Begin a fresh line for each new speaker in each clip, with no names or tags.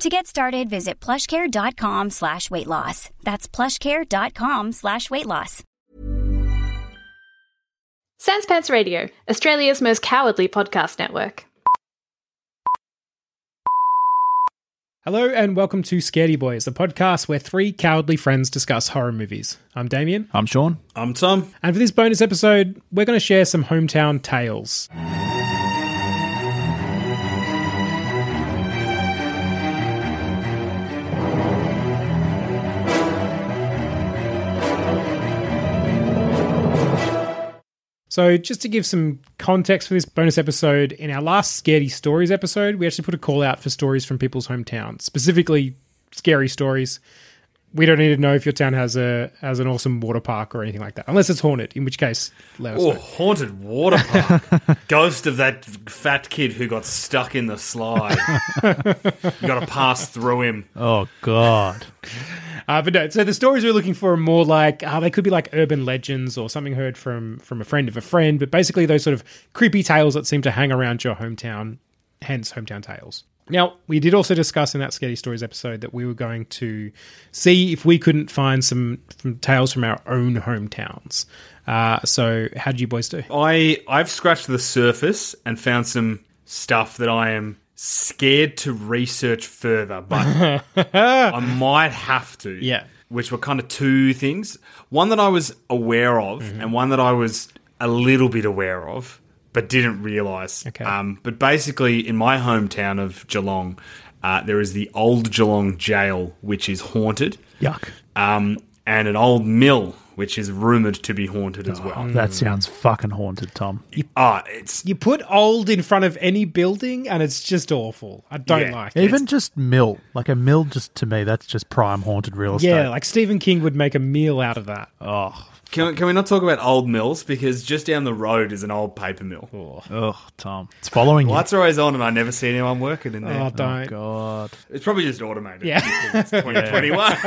To get started, visit plushcare.com slash weight loss. That's plushcare.com slash weight loss.
Sanspants Radio, Australia's most cowardly podcast network.
Hello and welcome to Scaredy Boys, the podcast where three cowardly friends discuss horror movies. I'm Damien,
I'm Sean.
I'm Tom.
and for this bonus episode, we're going to share some hometown tales. So, just to give some context for this bonus episode, in our last Scaredy Stories episode, we actually put a call out for stories from people's hometowns, specifically scary stories we don't need to know if your town has a has an awesome water park or anything like that, unless it's haunted. In which case, let us
Oh,
know.
haunted water park. Ghost of that fat kid who got stuck in the slide. you got to pass through him.
Oh God.
Uh, but no, so the stories we're looking for are more like uh, they could be like urban legends or something heard from from a friend of a friend, but basically those sort of creepy tales that seem to hang around your hometown, hence hometown tales. Now, we did also discuss in that Scary Stories episode that we were going to see if we couldn't find some, some tales from our own hometowns. Uh, so, how did you boys do?
I I've scratched the surface and found some stuff that I am scared to research further, but I might have to.
Yeah.
Which were kind of two things. One that I was aware of and one that I was a little bit aware of but didn't realize.
Okay.
Um, but basically in my hometown of Geelong, uh, there is the old Geelong jail which is haunted.
Yuck.
Um, and an old mill which is rumored to be haunted as well.
Oh, That sounds fucking haunted, Tom.
Ah, it's
You put old in front of any building and it's just awful. I don't
Yeah.
like it.
Even just mill, like a mill, just to me, that's just prime haunted real estate.
yeah, like Stephen King would make a meal out of that.
oh,
Can, can we not talk about old mills? Because just down the road is an old paper mill.
oh, Tom, it's following you.
Lights are always on, and I never see anyone working in there.
Oh, don't.
God.
It's probably just automated.
Yeah.
because It's 2021.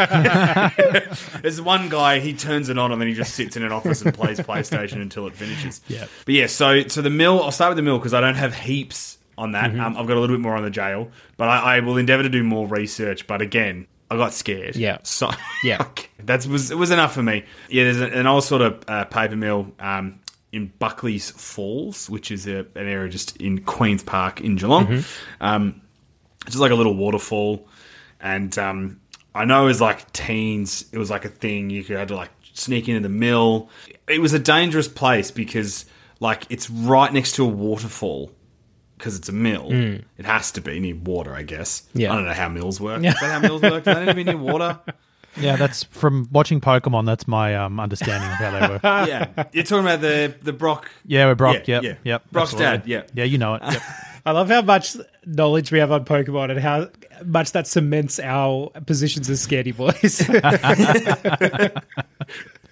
There's one guy, he turns it on and then he just sits in an office and plays PlayStation until it finishes.
Yeah.
But yeah, so so the mill, I'll start with the mill because I don't have heaps on that.
Mm-hmm.
Um, I've got a little bit more on the jail, but I, I will endeavor to do more research. But again, I got scared.
Yeah.
So
Yeah.
that was it was enough for me. Yeah, there's an, an old sort of uh, paper mill um, in Buckley's Falls, which is a, an area just in Queens Park in Geelong.
Mm-hmm.
Um, it's just like a little waterfall, and um, I know as like teens, it was like a thing you could had to like sneak into the mill. It was a dangerous place because like it's right next to a waterfall. Because it's a mill, it has to be near water, I guess.
Yeah.
I don't know how mills work. Is that how mills work? Do they need to be near water?
Yeah, that's from watching Pokemon. That's my um, understanding of how they work.
yeah, you're talking about the the Brock.
Yeah, we're Brock.
Yeah,
yep,
yeah.
yep.
Brock's
absolutely.
dad,
yeah,
yeah.
you know it.
I
Yep.
love how much knowledge we have on Pokemon and how much that cements our positions as scaredy boys.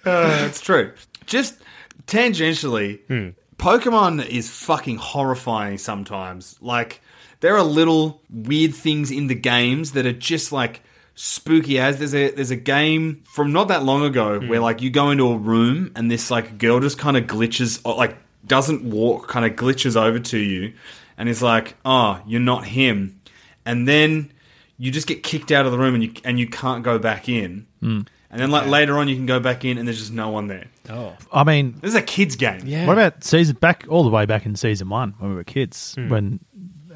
That's true. Just tangentially, Pokemon is fucking horrifying sometimes. Like there are little weird things in the games that are just like spooky as there's a there's a game from not that long ago where like you go into a room and this like girl just kind of glitches or, like doesn't walk kind of glitches over to you and is like oh you're not him and then you just get kicked out of the room and you and you can't go back in. And then like later on, you can go back in and there's just no one there.
I mean,
This is a kids game. Yeah,
what about season back all the way back in season one when we were kids? When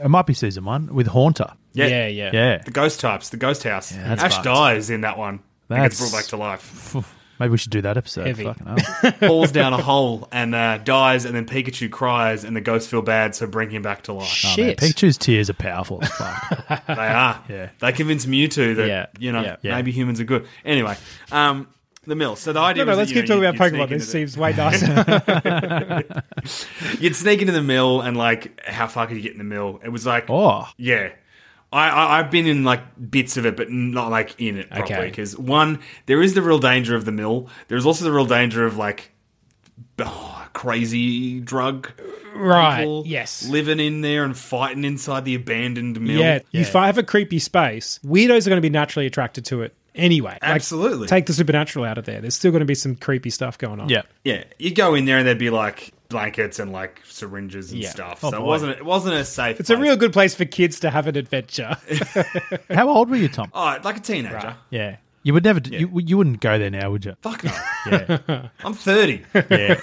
it might be season one with Haunter.
yeah, yeah.
Yeah,
The ghost types, the ghost house.
that's
Ash
fucked.
dies in that one. That's
That's-
gets brought back to life.
Phew, Maybe we should do that episode.
Heavy.
Fucking hell.
falls down a hole and uh, dies, and then Pikachu cries, and the ghosts feel bad, so bring him back to life.
Oh, man,
Shit.
Pikachu's tears are powerful as fuck.
they are.
Yeah.
They convince Mewtwo that
Yeah,
you know
yeah.
Yeah.
maybe humans are good. Anyway, um, the mill. So the idea.
no, no,
was
let's
that, you
keep
know,
talking
you'd-
about
you'd
Pokemon.
sneak
This
into
seems way nicer.
the- You'd sneak into the mill, and like, how far could you get in the mill? It was like,
Oh,
Yeah. I, I, I've been in like bits of it, but not like in it properly.
Okay.
Because one, there is the real danger of the mill. There's also the real danger of like oh, crazy drug
right.
people
yes.
living in there and fighting inside the abandoned mill.
Yeah, you fi- have a creepy space. Weirdos are going to be naturally attracted to it anyway. Like,
Absolutely.
take the supernatural out of there. There's still going to be some creepy stuff going on.
yeah.
yeah. You go in there and there'd be like blankets and like syringes and
Yeah.
stuff.
Oh,
so it
boy.
wasn't it wasn't a safe.
It's a
place.
real good place for kids to have an adventure.
How old were you, Tom?
oh, like a teenager.
Yeah. You would never. d You you wouldn't go there now, would you?
Fuck no.
Yeah.
I'm 30.
yeah.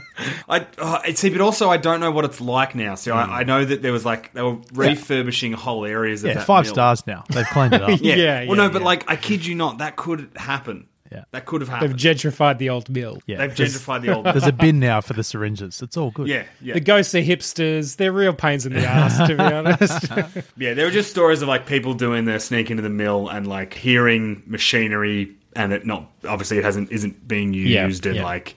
I uh, see, but also I don't know what it's like now. So
Hmm.
I, I know that there was like they were refurbishing whole areas. of
Yeah.
that
Five
mill.
stars now. They've cleaned it up.
Yeah.
Yeah,
well,
yeah,
no, but
yeah.
like I kid you not, that could happen.
Yeah.
That could have
They've
happened.
gentrified the old mill.
Yeah.
They've
There's-
gentrified the old.
There's a bin now for the syringes. It's all good.
yeah, yeah,
The ghosts are hipsters. They're real pains in the ass, to be honest.
yeah. There were just stories of like people doing their sneak into the mill and like hearing machinery and it not obviously it hasn't isn't being
Yeah,
used and
yeah.
like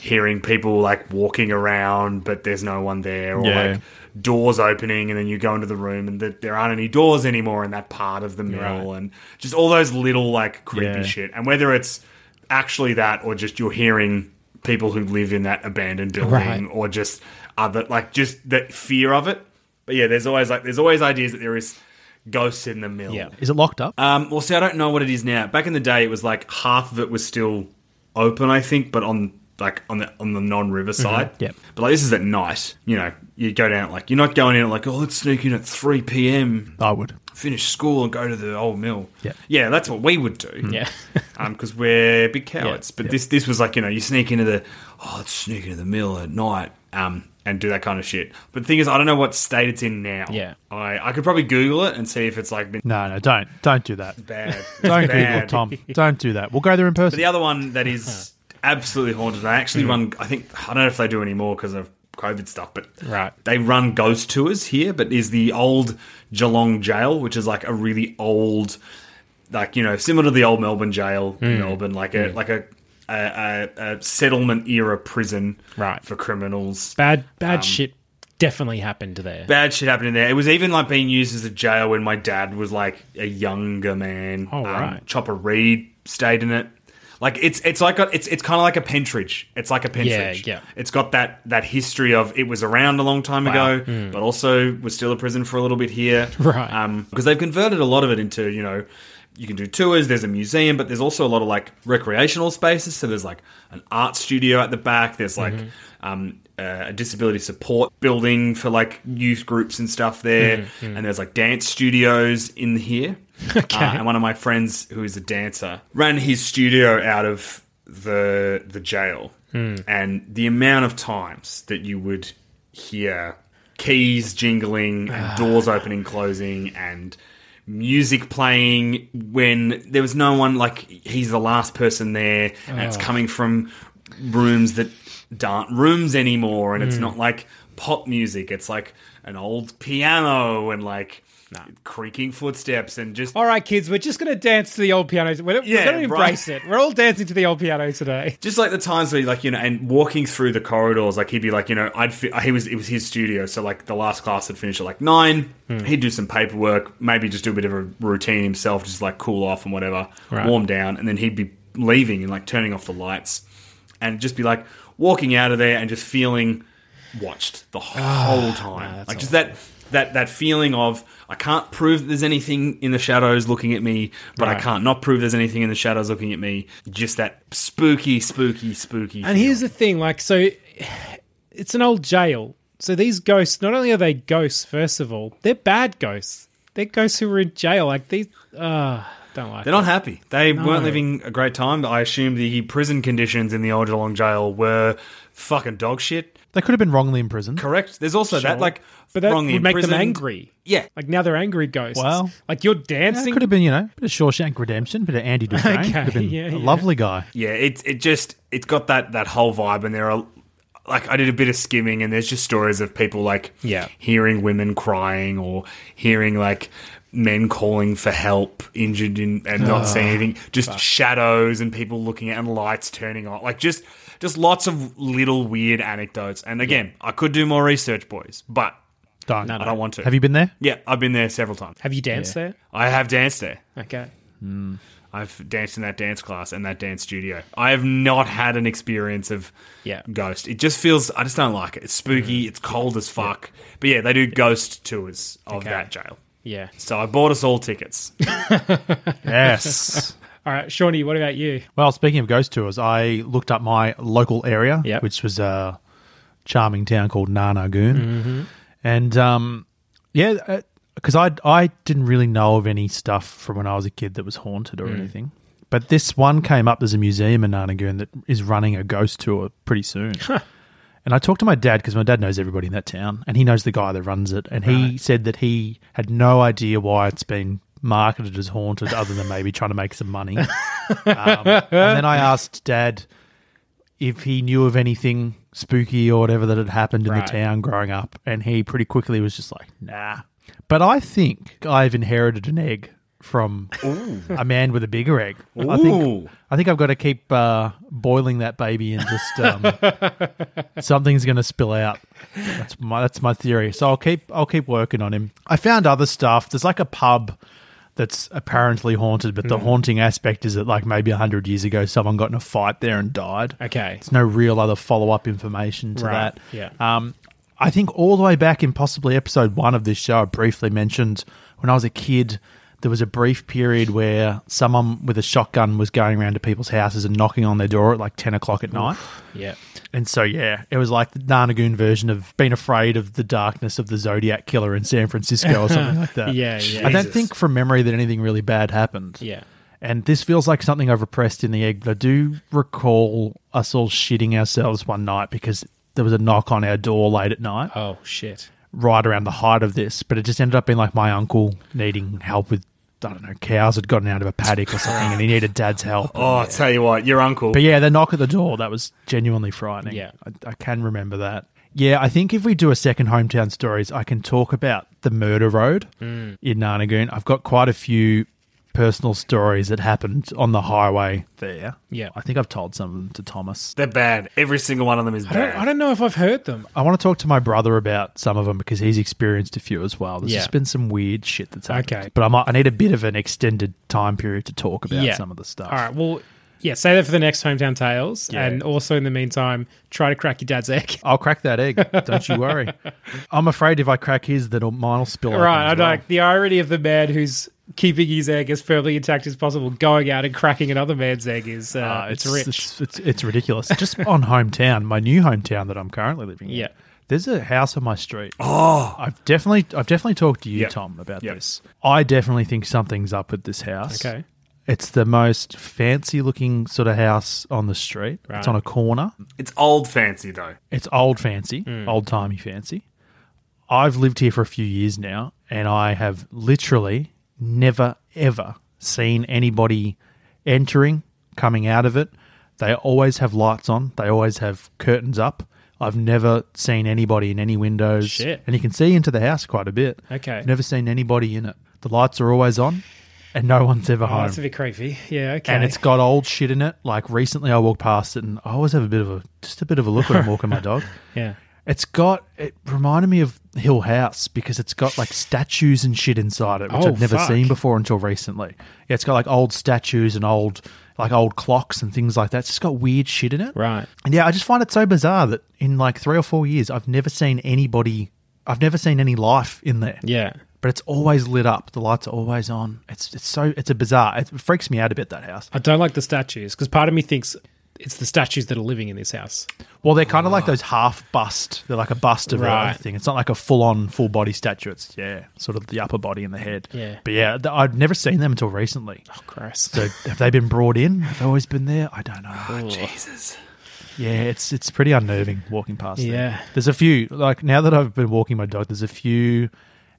hearing people like walking around but there's no one there or
Yeah.
like doors opening and then you go into the room and th- there aren't any doors anymore in that part of the mill and just all those little like creepy
Yeah.
shit and whether it's actually that or just you're hearing people who live in that abandoned building
Right.
or just other like just the fear of it but yeah there's always like there's always ideas that there is ghosts in the mill
Yeah.
Is it locked up?
um, well, see, I don't know what it is now. Back in the day, it was like half of it was still open, I think, but on like on the on the non river side.
Mm-hmm. Yep.
But like this is at night. You know, you go down like you're not going in at like oh let's sneak in at three p.m.
I would.
Finish school and go to the old mill.
Yep.
Yeah, that's what we would do.
Mm.
yeah.
because we're big cowards. But this this was like you know you sneak into the oh let's sneak into the mill at night um and do that kind of shit. But the thing is, I don't know what state it's in now.
Yeah.
I I could probably Google it and see if it's like been
No, no, don't, don't do that.
bad. It's
Don't Google
bad.
Tom. Don't do that. We'll go there in
But
person.
the other one that is absolutely haunted, I actually
Hmm.
run, I think, I don't know if they do anymore because of COVID stuff, but
Right.
they run ghost tours here, but is the old Geelong Jail, which is like a really old, like, you know, similar to the old Melbourne Jail in
Hmm.
Melbourne, like a, like a, a, a, a settlement era prison
Right.
for criminals.
Bad, bad shit definitely happened there.
Bad shit happened in there. It was even like being used as a jail when my dad was like a younger man. Um,
Oh, right.
Chopper Reed stayed in it. Like it's it's like a, it's it's kind of like a pentridge. It's like a pentridge.
Yeah, yeah.
It's got that that history of it was around a long time ago, but also was still a prison for a little bit here.
Hmm. Right.
Um, because they've converted a lot of it into you know. You can do tours. There's a museum, but there's also a lot of like recreational spaces. So there's like an art studio at the back. There's like um, uh, a disability support building for like youth groups and stuff there. And there's like dance studios in here. Uh, and one of my friends who is a dancer ran his studio out of the the jail. And the amount of times that you would hear keys jingling and doors opening, closing, and music playing when there was no one. Like he's the last person there, and it's coming from rooms that aren't rooms anymore, and it's not like pop music. It's like an old piano and like creaking footsteps and just
All right, kids, we're just going to dance to the old piano. We're,
Yeah,
we're going to embrace
right.
it. We're all dancing to the old piano today.
just like the times where, like you know, and walking through the corridors, like he'd be like, you know, I'd fi- he was it was his studio, so like the last class would finish at like nine. He'd do some paperwork, maybe just do a bit of a routine himself, just like cool off and whatever,
Right.
warm down, and then he'd be leaving and like turning off the lights, and just be like walking out of there and just feeling watched the
Ah,
whole time, like just that. That, that feeling of I can't prove that there's anything in the shadows looking at me, but I
Right.
can't not prove there's anything in the shadows looking at me. Just that spooky, spooky, spooky.
And
feel.
here's the thing, like, so it's an old jail. So these ghosts, not only are they ghosts, first of all, they're bad ghosts. They're ghosts who were in jail. Like these, uh, don't like.
They're
it.
not happy. They weren't living a great time. I assume the prison conditions in the old Geelong jail were fucking dog shit.
They could have been wrongly imprisoned.
Correct. There's also that, like,
But that would
wrongly
make
imprisoned.
them angry.
Yeah.
Like now they're angry ghosts.
Wow.
Like you're
Yeah,
dancing.
could have been, you know, a bit of Shawshank Redemption, bit of Andy Dufresne.
Okay,
could have been
yeah,
a
yeah.
lovely guy.
Yeah, it it just it's got that that whole vibe, and there are like I did a bit of skimming, and there's just stories of people like
Yeah.
hearing women crying or hearing like men calling for help, injured in, and
Ah,
not seeing anything, just shadows and people looking at and lights turning on, like just just lots of little weird anecdotes. And again, I could do more research, boys, but
Darn.
I don't want to.
Have you been there?
Yeah, I've been there several times.
Have you danced
I have danced there.
there? Okay.
I've danced in that dance class and that dance studio. I have not had an experience of
Yeah.
ghost. It just feels I just don't like it. It's spooky. It's cold as fuck. But yeah, they do ghost tours of that jail.
Yeah.
So I bought us all tickets.
Yes.
All right, Shawnee, what about you?
well, speaking of ghost tours, I looked up my local area,
Yep.
which was a charming town called Nanagoon. And um, yeah, because I, I didn't really know of any stuff from when I was a kid that was haunted or anything. But this one came up. There's a museum in Nanagoon that is running a ghost tour pretty soon. And I talked to my dad because my dad knows everybody in that town and he knows the guy that runs it. And he said that he had no idea why it's been marketed as haunted other than maybe trying to make some money. Um, and then I asked dad if he knew of anything spooky or whatever that had happened in
Right.
the town growing up. And he pretty quickly was just like, nah. But I think I've inherited an egg from a man with a bigger egg. I think
Ooh.
I think I've got to keep uh, boiling that baby and just um, something's going to spill out. That's my that's my theory. So I'll keep I'll keep working on him. I found other stuff. There's like a pub that's apparently haunted, but the
Mm.
haunting aspect is that like maybe hundred years ago someone got in a fight there and died.
Okay.
There's no real other follow up information to
Right,
that.
yeah.
Um, I think all the way back in possibly episode one of this show, I briefly mentioned when I was a kid, there was a brief period where someone with a shotgun was going around to people's houses and knocking on their door at like 10 o'clock at night.
Yeah.
And so, yeah, it was like the Narnagoon version of being afraid of the darkness of the Zodiac killer in San Francisco or something like that.
Yeah, yeah.
I don't
Jesus.
think from memory that anything really bad happened.
Yeah.
And this feels like something I've repressed in the egg, but I do recall us all shitting ourselves one night because there was a knock on our door late at night,
Oh shit.
right around the height of this. But it just ended up being like my uncle needing help with, I don't know, cows had gotten out of a paddock or something and he needed dad's help.
Oh, I tell you what, your uncle.
But yeah, the knock at the door, that was genuinely frightening.
Yeah.
I, I can remember that. Yeah, I think if we do a second hometown stories, I can talk about the murder road
Mm.
in Narnagoon. I've got quite a few personal stories that happened on the highway there.
Yeah.
I think I've told some of them to Thomas.
They're bad. Every single one of them is
I don't,
bad.
I don't know if I've heard them.
I want to talk to my brother about some of them because he's experienced a few as well. There's
Yeah.
just been some weird shit that's happened.
Okay.
But I might, I need a bit of an extended time period to talk about
yeah.
some of the stuff.
All right. Well, yeah. Say that for the next hometown tales,
Yeah.
and also in the meantime, try to crack your dad's egg.
I'll crack that egg. Don't you worry. I'm afraid if I crack his, then mine will spill. open
right.
as
I'm
well.
like the irony of the man who's keeping his egg as firmly intact as possible, going out and cracking another man's egg is uh,
Uh,
it's, rich.
It's, it's, it's ridiculous. Just on hometown, my new hometown that I'm currently living in.
Yeah.
There's a house on my street. Oh, I've definitely, I've definitely talked to you,
Yep.
Tom, about
Yep.
this. I definitely think something's up with this house.
Okay.
It's the most fancy looking sort of house on the street.
Right.
It's on a corner.
It's old fancy though.
It's old fancy,
Mm.
old timey fancy. I've lived here for a few years now, and I have literally never ever seen anybody entering, coming out of it. They always have lights on. They always have curtains up. I've never seen anybody in any windows.
Shit.
And you can see into the house quite a bit.
Okay.
Never seen anybody in it. The lights are always on, and no one's ever
Oh,
home.
that's a bit creepy. Yeah. Okay.
And it's got old shit in it. Like recently, I walked past it, and I always have a bit of a just a bit of a look when I'm walking my dog.
yeah.
It's got. It reminded me of Hill House because it's got like statues and shit inside it, which
Oh,
I'd never
fuck.
seen before until recently. Yeah, it's got like old statues and old like old clocks and things like that. It's just got weird shit in it.
Right.
And yeah, I just find it so bizarre that in like three or four years, I've never seen anybody. I've never seen any life in there.
Yeah.
But it's always lit up. The lights are always on. It's it's so it's a bizarre. It freaks me out a bit that house.
I don't like the statues because part of me thinks it's the statues that are living in this house.
Well, they're kind of like those half bust. They're like a bust of
Right.
everything. It's not like a full on full body statue. It's yeah, sort of the upper body and the head.
Yeah. Oh,
But yeah, th- I'd never seen them until recently.
Gross. Oh.
So have they been brought in? Have they always been there? I don't know.
Jesus.
Yeah, it's it's pretty unnerving walking past. there.
Yeah.
there's a few like now that I've been walking my dog. There's a few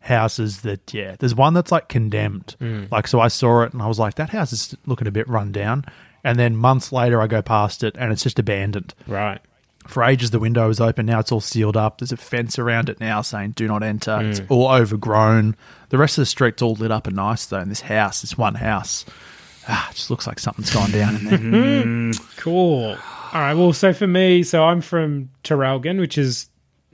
houses that yeah. There's one that's like condemned.
Mm.
Like so, I saw it and I was like, that house is looking a bit run down. And then months later, I go past it and it's just abandoned.
Right.
For ages, the window was open. Now it's all sealed up. There's a fence around it now saying "Do not enter."
Mm.
It's all overgrown. The rest of the street's all lit up and nice though. And this house, this one house, ah, it just looks like something's gone down in there.
Mm-hmm. Cool. All right. Well, so for me, so I'm from Terralgan, which is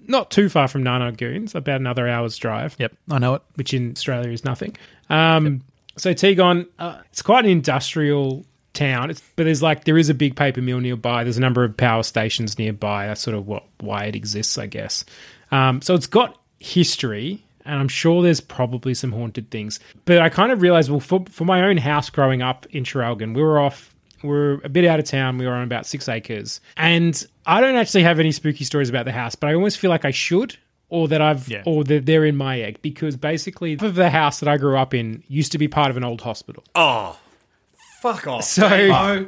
not too far from Nanagoons, about another hour's drive.
Yep, I know it.
which in Australia is nothing. Um, So Tegon, uh, it's quite an industrial town, it's, but there's like there is a big paper mill nearby. There's a number of power stations nearby. That's sort of what why it exists, I guess. Um, so it's got history. And I'm sure there's probably some haunted things. But I kind of realized, well, for, for my own house growing up in Traralgon, we were off we we're a bit out of town. We were on about six acres. And I don't actually have any spooky stories about the house, but I almost feel like I should or that I've
Yeah.
or that they're in my egg because basically half of the house that I grew up in used to be part of an old hospital.
Oh, fuck off.
So-
Damo.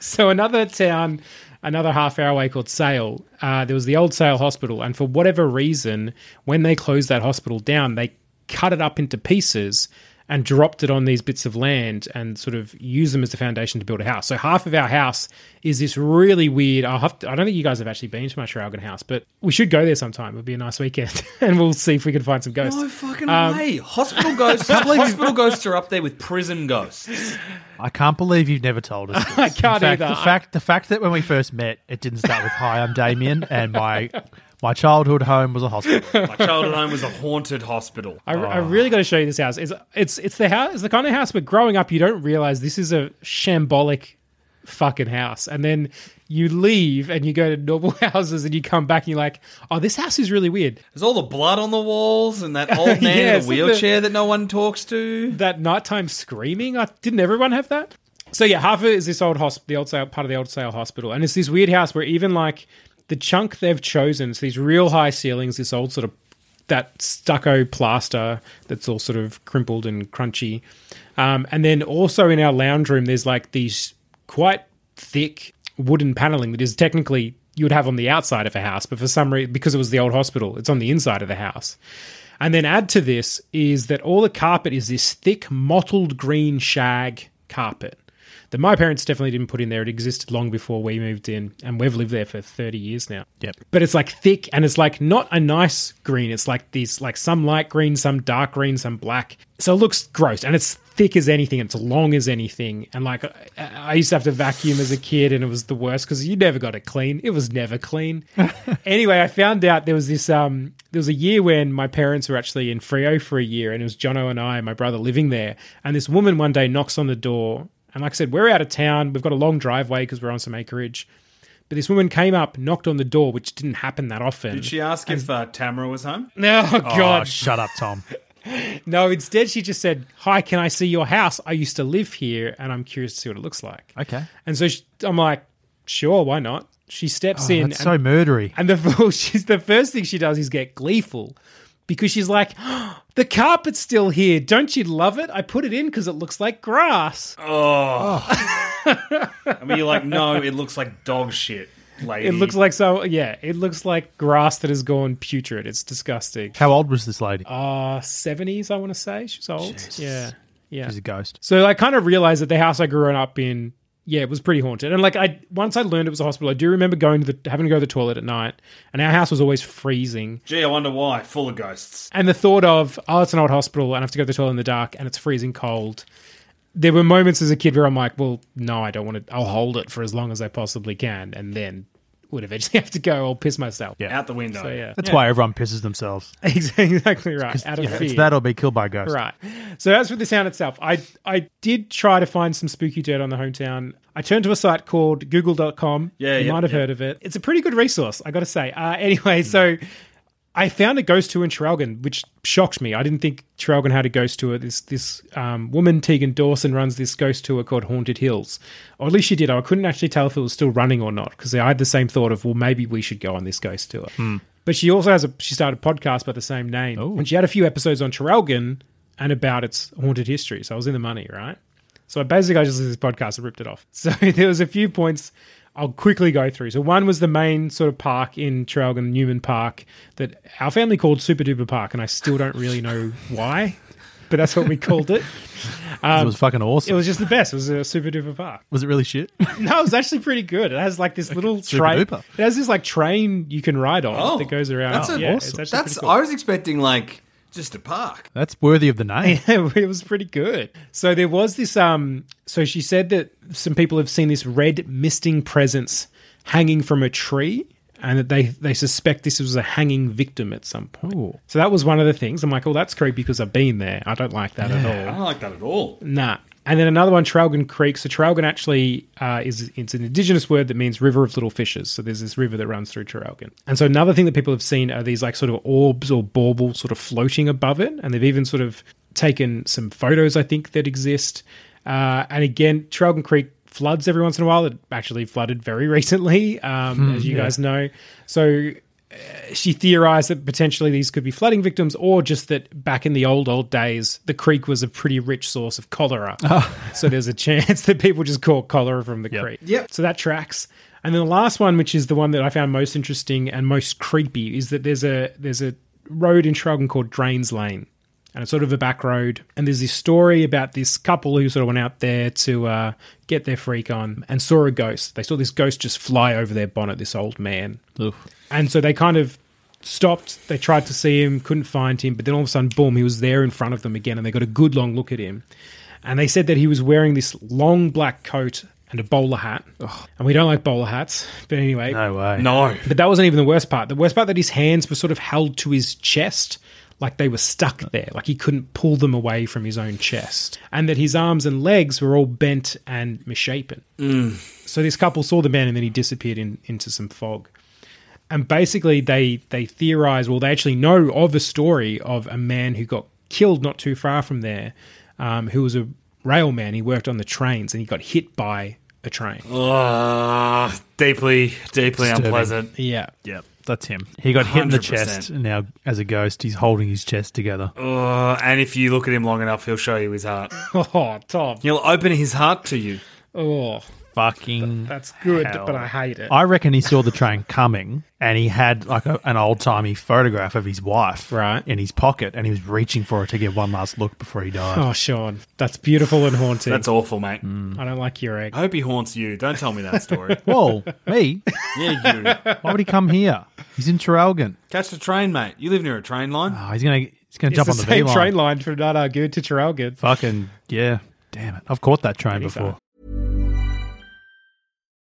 So another town, another half hour away called Sale, uh, there was the old Sale Hospital. And for whatever reason, when they closed that hospital down, they cut it up into pieces and dropped it on these bits of land and sort of use them as the foundation to build a house. So half of our house is this really weird. I'll have to, I don't think you guys have actually been to my Traralgon house, but we should go there sometime. It would be a nice weekend and we'll see if we can find some ghosts.
No fucking way. Hospital ghosts. hospital ghosts are up there with prison ghosts.
I can't believe you've never told us. This. I
can't
fact,
either.
The fact, the fact that when we first met, it didn't start with "Hi, I'm Damien," and my my childhood home was a hospital.
My childhood home was a haunted hospital.
I, I really got to show you this house. It's it's it's the house, it's the kind of house. But growing up, you don't realize this is a shambolic fucking house. And then you leave and you go to normal houses and you come back and you're like, oh, this house is really weird.
There's all the blood on the walls and that old man
Yeah,
in
it's
a
like the-
wheelchair that no one talks to.
That nighttime screaming. I, didn't everyone have that? So yeah, half of it is this old hospital, the old sale, part of the old sale hospital, and it's this weird house where even like the chunk they've chosen, so these real high ceilings, this old sort of that stucco plaster that's all sort of crimpled and crunchy. Um, and then also in our lounge room, there's like these quite thick wooden paneling that is technically you would have on the outside of a house, but for some reason, because it was the old hospital, it's on the inside of the house. And then add to this is that all the carpet is this thick mottled green shag carpet that my parents definitely didn't put in there. It existed long before we moved in, and we've lived there for 30 years now.
Yep.
But it's like thick and it's like not a nice green. It's like these, like some light green, some dark green, some black. So it looks gross and it's thick as anything. and It's long as anything. And like I- I used to have to vacuum as a kid and it was the worst because you never got it clean. It was never clean. anyway, I found out there was this, um, there was a year when my parents were actually in Frio for a year and it was Jono and I and my brother living there. And this woman one day knocks on the door. And like I said, we're out of town. We've got a long driveway because we're on some acreage. But this woman came up, knocked on the door, which didn't happen that often.
Did she ask if uh, Tamara was home?
No,
Oh,
God.
shut up, Tom.
No, instead she just said, Hi, can I see your house? I used to live here and I'm curious to see what it looks like.
Okay,
And so she, I'm like, Sure, why not? She steps in.
Oh, that's
and-
so murdery.
And the well, she's the first thing she does is get gleeful because she's like, "Oh, "The carpet's still here. Don't you love it? I put it in because it looks like grass.
I mean, you're like, no, it looks like dog shit, lady.
It looks like so. Yeah, it looks like grass that has gone putrid. It's disgusting.
How old was this lady?
Uh seventies, I want to say. She's old. Yeah, yeah.
She's a ghost.
So I kind of realized that the house I grew up in, yeah, it was pretty haunted. And like I once I learned it was a hospital, I do remember going to the having to go to the toilet at night, and our house was always freezing.
Gee, I wonder why. Full of ghosts.
And the thought of, oh, it's an old hospital, and I have to go to the toilet in the dark, and it's freezing cold. There were moments as a kid where I'm like, well, no, I don't want to. I'll hold it for as long as I possibly can, and then would eventually have to go or piss myself.
Yeah.
Out the window.
So yeah,
That's why everyone pisses themselves.
exactly right.
'Cause,
Out of
yeah,
fear.
it's that or be killed by a ghost.
Right. So as for the town itself, I I did try to find some spooky dirt on the hometown. I turned to a site called google.com.
Yeah,
you
yeah,
might have
yeah.
heard of it. It's a pretty good resource, I got to say. Uh, anyway, so I found a ghost tour in Traralgon, which shocked me. I didn't think Traralgon had a ghost tour. This this um, woman, Tegan Dawson, runs this ghost tour called Haunted Hills, or at least she did. I couldn't actually tell if it was still running or not because I had the same thought of, well, maybe we should go on this ghost tour.
Hmm.
But she also has a she started a podcast by the same name,
Oh.
and she had a few episodes on Traralgon and about its haunted history. So I was in the money, right? So I basically I just listened to this podcast and ripped it off. So there was a few points I'll quickly go through. So one was the main sort of park in Trelgan Newman Park that our family called Super Duper Park, and I still don't really know why, but that's what we called it.
it was fucking awesome.
Um, It was just the best. It was a Super Duper Park.
was it really shit?
No, it was actually pretty good. It has like this little
Super
train. It
duper.
has this like train you can ride on
Oh,
that goes around.
That's a-
yeah,
awesome.
It's actually
That's
pretty cool.
I was expecting like just a park.
That's worthy of the name.
Yeah, it was pretty good. So there was this. Um, so she said that some people have seen this red misting presence hanging from a tree, and that they they suspect this was a hanging victim at some point. So that was one of the things. I'm like, oh, that's creepy because I've been there. I don't like that at all.
I don't like that at all.
Nah. And then another one, Tralgan Creek. So Tralgan actually uh, is it's an indigenous word that means river of little fishes. So there's this river that runs through Tralgan. And so another thing that people have seen are these like sort of orbs or baubles sort of floating above it. And they've even sort of taken some photos, I think, that exist. Uh, and again, Tralgan Creek floods every once in a while. It actually flooded very recently, um, as you guys know. So she theorized that potentially these could be flooding victims or just that back in the old old days the creek was a pretty rich source of cholera so there's a chance that people just caught cholera from the creek
Yep.
so that tracks and then the last one which is the one that i found most interesting and most creepy is that there's a there's a road in Trelgan called drains lane and it's sort of a back road. And there's this story about this couple who sort of went out there to uh, get their freak on and saw a ghost. They saw this ghost just fly over their bonnet, this old man. And so they kind of stopped. They tried to see him, couldn't find him. But then all of a sudden, boom, he was there in front of them again. And they got a good long look at him. And they said that he was wearing this long black coat and a bowler hat. And we don't like bowler hats. But anyway,
No way.
No.
but that wasn't even the worst part. The worst part that his hands were sort of held to his chest, like they were stuck there, like he couldn't pull them away from his own chest, and that his arms and legs were all bent and misshapen. So this couple saw the man, and then he disappeared in, into some fog. And basically, they they theorize. Well, they actually know of a story of a man who got killed not too far from there, um, who was a railman. He worked on the trains, and he got hit by a train.
Oh. Ah, deeply, deeply unpleasant.
Yeah.
Yep, that's him. He got hit in the
100%.
chest, and now as a ghost, he's holding his chest together.
Uh, and if you look at him long enough, he'll show you his heart.
Oh, Tom.
He'll open his heart to you.
Oh.
Fucking.
That's good,
hell.
but I hate it.
I reckon he saw the train coming, and he had like a, an old timey photograph of his wife
Right.
in his pocket, and he was reaching for it to get one last look before he died.
oh, Sean, that's beautiful and haunting.
That's awful, mate.
I don't like your egg.
I hope he haunts you. Don't tell me that story.
Whoa, me?
yeah, you.
Why would he come here? He's in Traralgon.
Catch the train, mate. You live near a train line.
Oh, he's gonna he's gonna
It's
jump
the
on the
same
V line.
train line from Nanagoon to Traralgon.
Fucking yeah, damn it! I've caught that train before.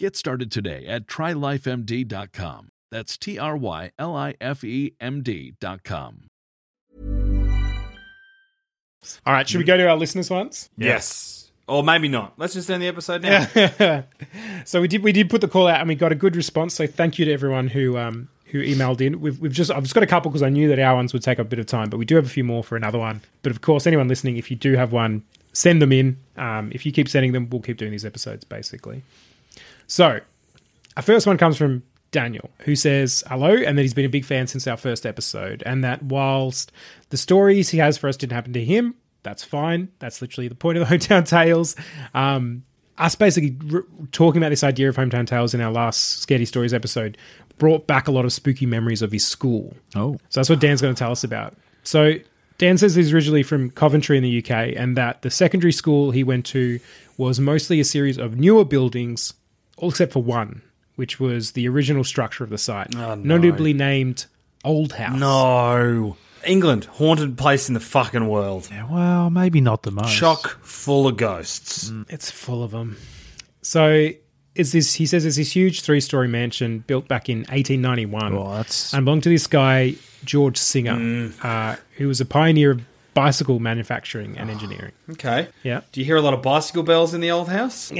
Get started today at trylifemd.com. That's T R Y L I F E M D.com.
All right, should we go to our listeners once?
Yes. Or maybe not. Let's just end the episode now.
so we did we did put the call out and we got a good response. So thank you to everyone who um who emailed in. We've, we've just I've just got a couple because I knew that our ones would take a bit of time, but we do have a few more for another one. But of course, anyone listening, if you do have one, send them in. Um, if you keep sending them, we'll keep doing these episodes basically. So our first one comes from Daniel, who says hello and that he's been a big fan since our first episode, and that whilst the stories he has for us didn't happen to him, that's fine. That's literally the point of the Hometown Tales. Um, us basically r- talking about this idea of Hometown Tales in our last Scaredy Stories episode brought back a lot of spooky memories of his school.
Oh.
So that's what Dan's going to tell us about. So Dan says he's originally from Coventry in the UK and that the secondary school he went to was mostly a series of newer buildings, all except for one, which was the original structure of the site,
Oh, no.
notably named Old House.
No. England, haunted place in the fucking world.
Well, maybe not the most.
Chock full of ghosts.
Mm.
It's full of them. So it's this. He says it's this huge three-story mansion built back in 1891.
Oh, that's-
and belonged to this guy George Singer,
Mm.
uh, who was a pioneer of bicycle manufacturing and engineering.
Okay.
Yeah.
Do you hear a lot of bicycle bells in the old house?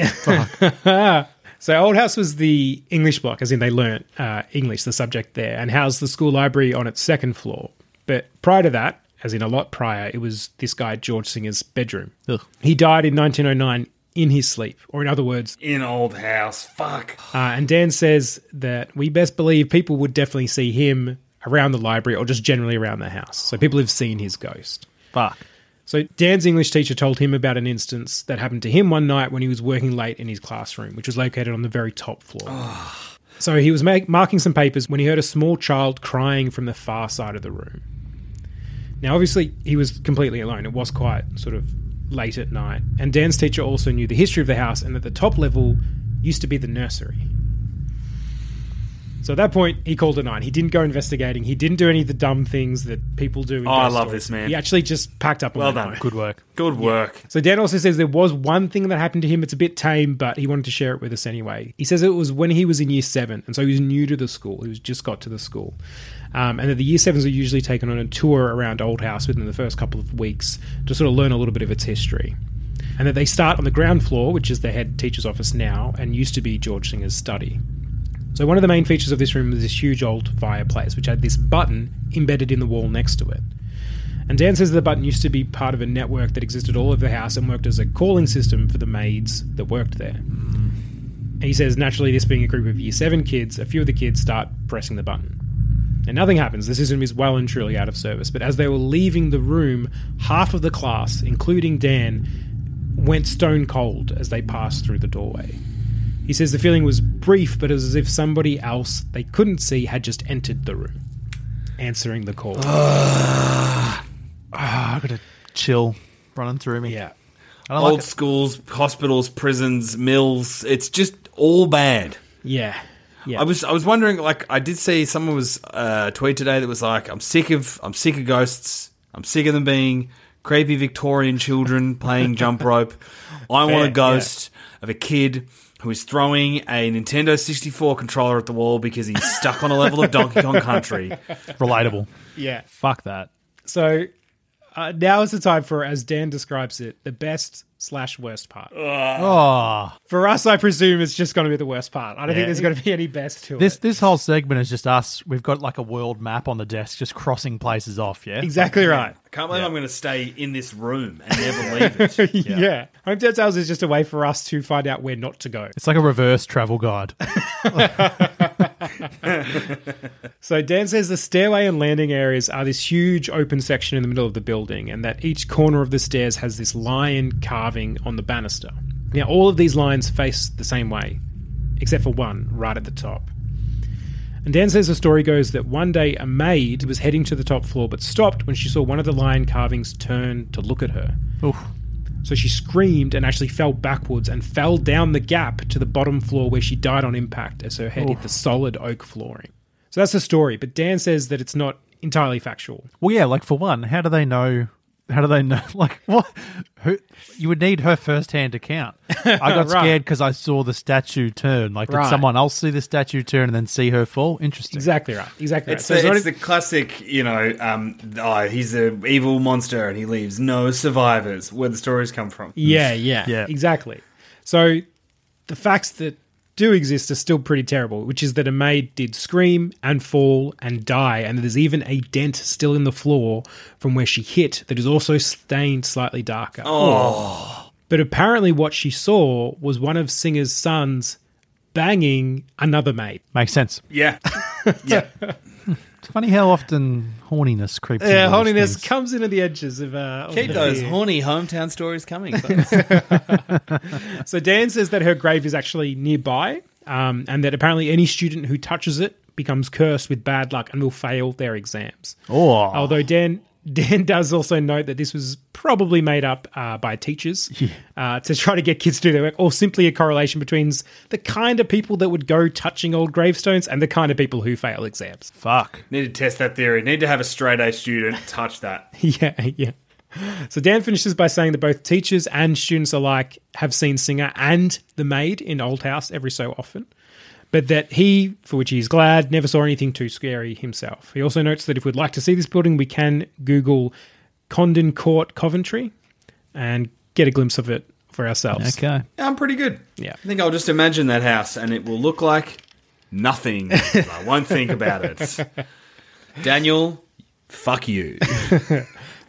so Old House was the English block, as in they learnt uh, English, the subject there, and housed the school library on its second floor. But prior to that, as in a lot prior, it was this guy George Singer's bedroom.
Ugh.
He died in 1909 in his sleep, or in other words,
in old house. Fuck.
Uh, and Dan says that we best believe people would definitely see him around the library or just generally around the house. So people have seen his ghost.
Fuck.
So Dan's English teacher told him about an instance that happened to him one night when he was working late in his classroom, which was located on the very top floor. so he was make, marking some papers when he heard a small child crying from the far side of the room. Now, obviously, he was completely alone. It was quite sort of late at night. And Dan's teacher also knew the history of the house and that the top level used to be the nursery. So at that point, he called a nine. He didn't go investigating. He didn't do any of the dumb things that people do. In
Oh, I
ghost
love
stories.
this man.
He actually just packed up. and
Well
went
done.
home.
Good work.
Good work.
So Dan also says there was one thing that happened to him. It's a bit tame, but he wanted to share it with us anyway. He says it was when he was in year seven, and so he was new to the school. He was just got to the school, um, and that the year sevens are usually taken on a tour around Old House within the first couple of weeks to sort of learn a little bit of its history, and that they start on the ground floor, which is the head teacher's office now, and used to be George Singer's study. So one of the main features of this room was this huge old fireplace, which had this button embedded in the wall next to it. And Dan says the button used to be part of a network that existed all over the house and worked as a calling system for the maids that worked there. And he says, naturally, this being a group of year seven kids, a few of the kids start pressing the button. And nothing happens. The system is well and truly out of service. But as they were leaving the room, half of the class, including Dan, went stone cold as they passed through the doorway. He says the feeling was brief, but it was as if somebody else they couldn't see had just entered the room, answering the call.
Ah, I've got a chill running through me.
Yeah.
I don't
Old
like it.
schools, hospitals, prisons, mills. It's just all bad.
Yeah. Yeah.
I was I was wondering like I did see someone was uh, tweet today that was like I'm sick of I'm sick of ghosts. I'm sick of them being creepy Victorian children playing jump rope. I
Fair,
want
yeah.
a ghost of a kid who is throwing a Nintendo 64 controller at the wall because he's stuck on a level of Donkey Kong Country.
Relatable.
yeah.
Fuck that.
So uh, now is the time for, as Dan describes it, the best slash worst part.
Oh,
For us, I presume it's just going to be the worst part. I don't think there's going to be any best to
this
it.
this whole segment is just us. We've got like a world map on the desk, just crossing places off. Yeah,
Exactly right.
I can't believe I'm going to stay in this room and never leave it.
Yeah. Home Hometown Tales is just a way for us to find out where not to go.
It's like a reverse travel guide.
So Dan says the stairway and landing areas are this huge open section in the middle of the building, and that each corner of the stairs has this lion carving on the banister. Now, all of these lines face the same way, except for one right at the top. And Dan says the story goes that one day a maid was heading to the top floor but stopped when she saw one of the lion carvings turn to look at her.
Oof.
So she screamed and actually fell backwards and fell down the gap to the bottom floor where she died on impact as her head hit the solid oak flooring. So that's the story, but Dan says that it's not entirely factual.
Well, yeah. Like for one, how do they know? How do they know? Like what? Who? You would need her first-hand account. I
Right.
got scared because I saw the statue turn. Like, did
Right.
someone else see the statue turn and then see her fall? Interesting.
Exactly right. Exactly
It's,
right.
the,
So
it's
not-
the classic, you know, um, oh, he's an evil monster and he leaves no survivors, where the stories come from.
yeah, yeah,
Yeah.
Exactly. So the facts that do exist are still pretty terrible, which is that a maid did scream and fall and die, and there's even a dent still in the floor from where she hit that is also stained slightly darker.
Oh,
But apparently, what she saw was one of Singer's sons banging another mate.
Makes sense.
Yeah. yeah.
It's funny how often horniness creeps.
Yeah,
into these
horniness
things.
comes into the edges of. Uh, of
Keep
the
those
beer.
horny hometown stories coming.
So Dan says that her grave is actually nearby, um, and that apparently any student who touches it becomes cursed with bad luck and will fail their exams.
Oh,
Although Dan Dan does also note that this was probably made up uh, by teachers uh, to try to get kids to do their work, or simply a correlation between s- the kind of people that would go touching old gravestones and the kind of people who fail exams.
fuck.
Need to test that theory. Need to have a straight A student touch that.
yeah, yeah. So Dan finishes by saying that both teachers and students alike have seen Singer and the maid in Old House every so often, but that he, for which he is glad, never saw anything too scary himself. He also notes that if we'd like to see this building, we can Google Condon Court, Coventry, and get a glimpse of it for ourselves.
Okay.
Yeah, I'm pretty good.
Yeah.
I think I'll just imagine that house and it will look like nothing. I won't think about it. Daniel, fuck you.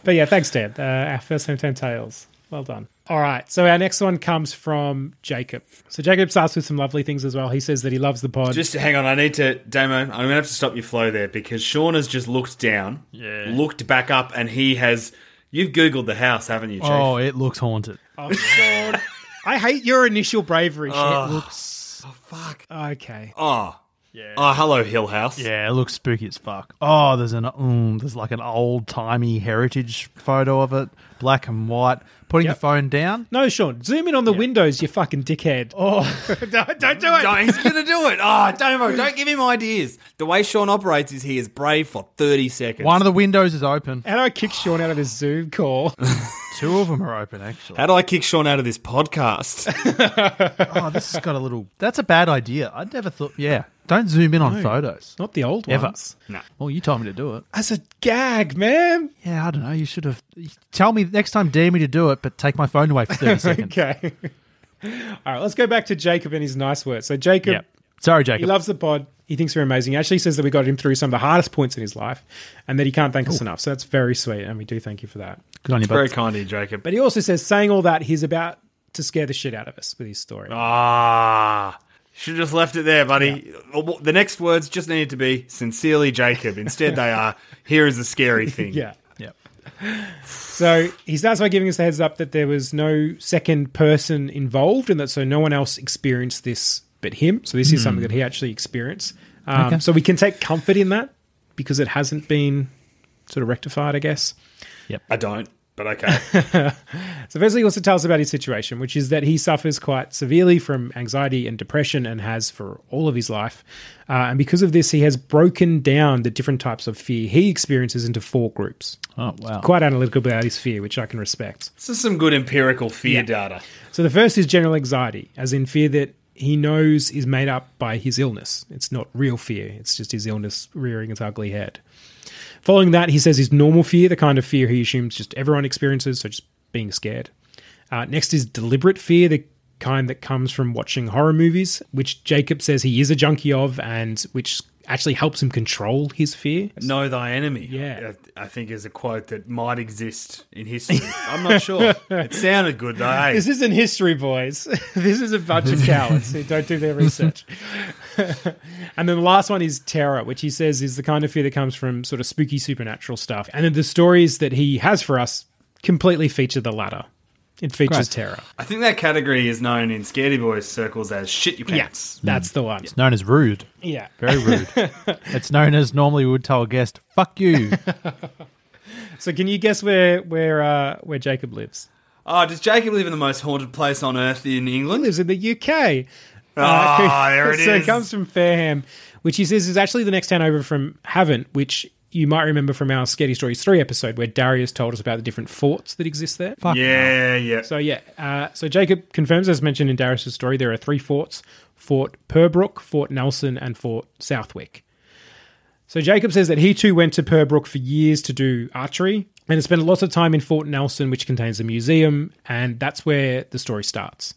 But yeah, thanks, Dan. Uh, our first hometown tales. Well done. All right. So our next one comes from Jacob. So Jacob starts with some lovely things as well. He says that he loves the pod.
Just hang on, I need to, Damo. I'm gonna have to stop your flow there because Sean has just looked down, yeah. looked back up, and he has. You've googled the house, haven't you, Chief?
Oh, it looks haunted.
Oh, I hate your initial bravery.
It
Shit.
looks.
fuck.
Okay.
Oh, yeah. Oh, hello, Hill House.
Yeah, it looks spooky as fuck. Oh, there's an mm, there's like an old timey heritage photo of it, black and white. Putting
Yep.
the phone down.
No, Sean, zoom in on the windows, you fucking dickhead. Oh, don't, don't do it.
No, he's gonna do it. Oh, Damo, don't give him ideas. The way Sean operates is he is brave for thirty seconds.
One of the windows is open.
How do I kick Sean out of this Zoom call?
Two of them are open actually.
How do I kick Sean out of this podcast?
Oh, this has got a little. That's a bad idea. I never thought. Yeah, don't zoom in on photos.
Not the old
Ever.
ones.
Well, you told me to do it.
As a gag, man.
Yeah, I don't know. You should have. Tell me next time, dare me to do it, but take my phone away for 30 seconds.
Okay. All right, let's go back to Jacob and his nice words. So Jacob,
Yep. Sorry,
he
Jacob.
loves the pod. He thinks we're amazing. He actually says that we got him through some of the hardest points in his life, and that he can't thank us enough. So that's very sweet, and we do thank you for that.
Good on you,
Very
bud.
kind of you, Jacob.
But he also says, saying all that, he's about to scare the shit out of us with his story.
Ah, should have just left it there, buddy. Uh, The next words just needed to be sincerely, Jacob. Instead, they are here is the scary thing.
Yeah.
Yep.
So he starts by giving us the heads up that there was no second person involved and that so no one else experienced this but him. So this is something that he actually experienced. Um, So we can take comfort in that because it hasn't been sort of rectified, I guess.
I don't, but okay.
So firstly, he also tells about his situation, which is that he suffers quite severely from anxiety and depression and has for all of his life. Uh, and because of this, he has broken down the different types of fear he experiences into four groups.
Oh, wow.
Quite analytical about his fear, which I can respect.
this is some good empirical fear data.
So the first is general anxiety, as in fear that he knows is made up by his illness. It's not real fear, it's just his illness rearing its ugly head. Following that, he says his normal fear, the kind of fear he assumes just everyone experiences, so just being scared. Uh, next is deliberate fear, the kind that comes from watching horror movies, which Jacob says he is a junkie of and which actually helps him control his fear.
Know thy enemy.
Yeah.
I I think is a quote that might exist in history. I'm not sure. It sounded good though. eh?
This isn't history, boys. this is a bunch of cowards who don't do their research. and then the last one is terror, which he says is the kind of fear that comes from sort of spooky supernatural stuff. And then the stories that he has for us completely feature the latter. It features terror.
I think that category is known in Scaredy Boys circles as shit your pants.
That's the one.
It's known as rude.
Yeah.
Very rude. it's known as normally we would tell a guest, fuck you.
So can you guess where where uh, where Jacob lives?
Oh, does Jacob live in the most haunted place on earth in
He
England?
lives in the UK.
Ah, there it
so it
is.
comes from Fairham, which he says is actually the next town over from Havant, which you might remember from our Scary Stories 3 episode where Darius told us about the different forts that exist there.
Yeah, yeah.
So, yeah. Uh, so, Jacob confirms, as mentioned in Darius's story, there are three forts Fort Purbrook, Fort Nelson, and Fort Southwick. So, Jacob says that he too went to Purbrook for years to do archery and has spent lots of time in Fort Nelson, which contains a museum, and that's where the story starts.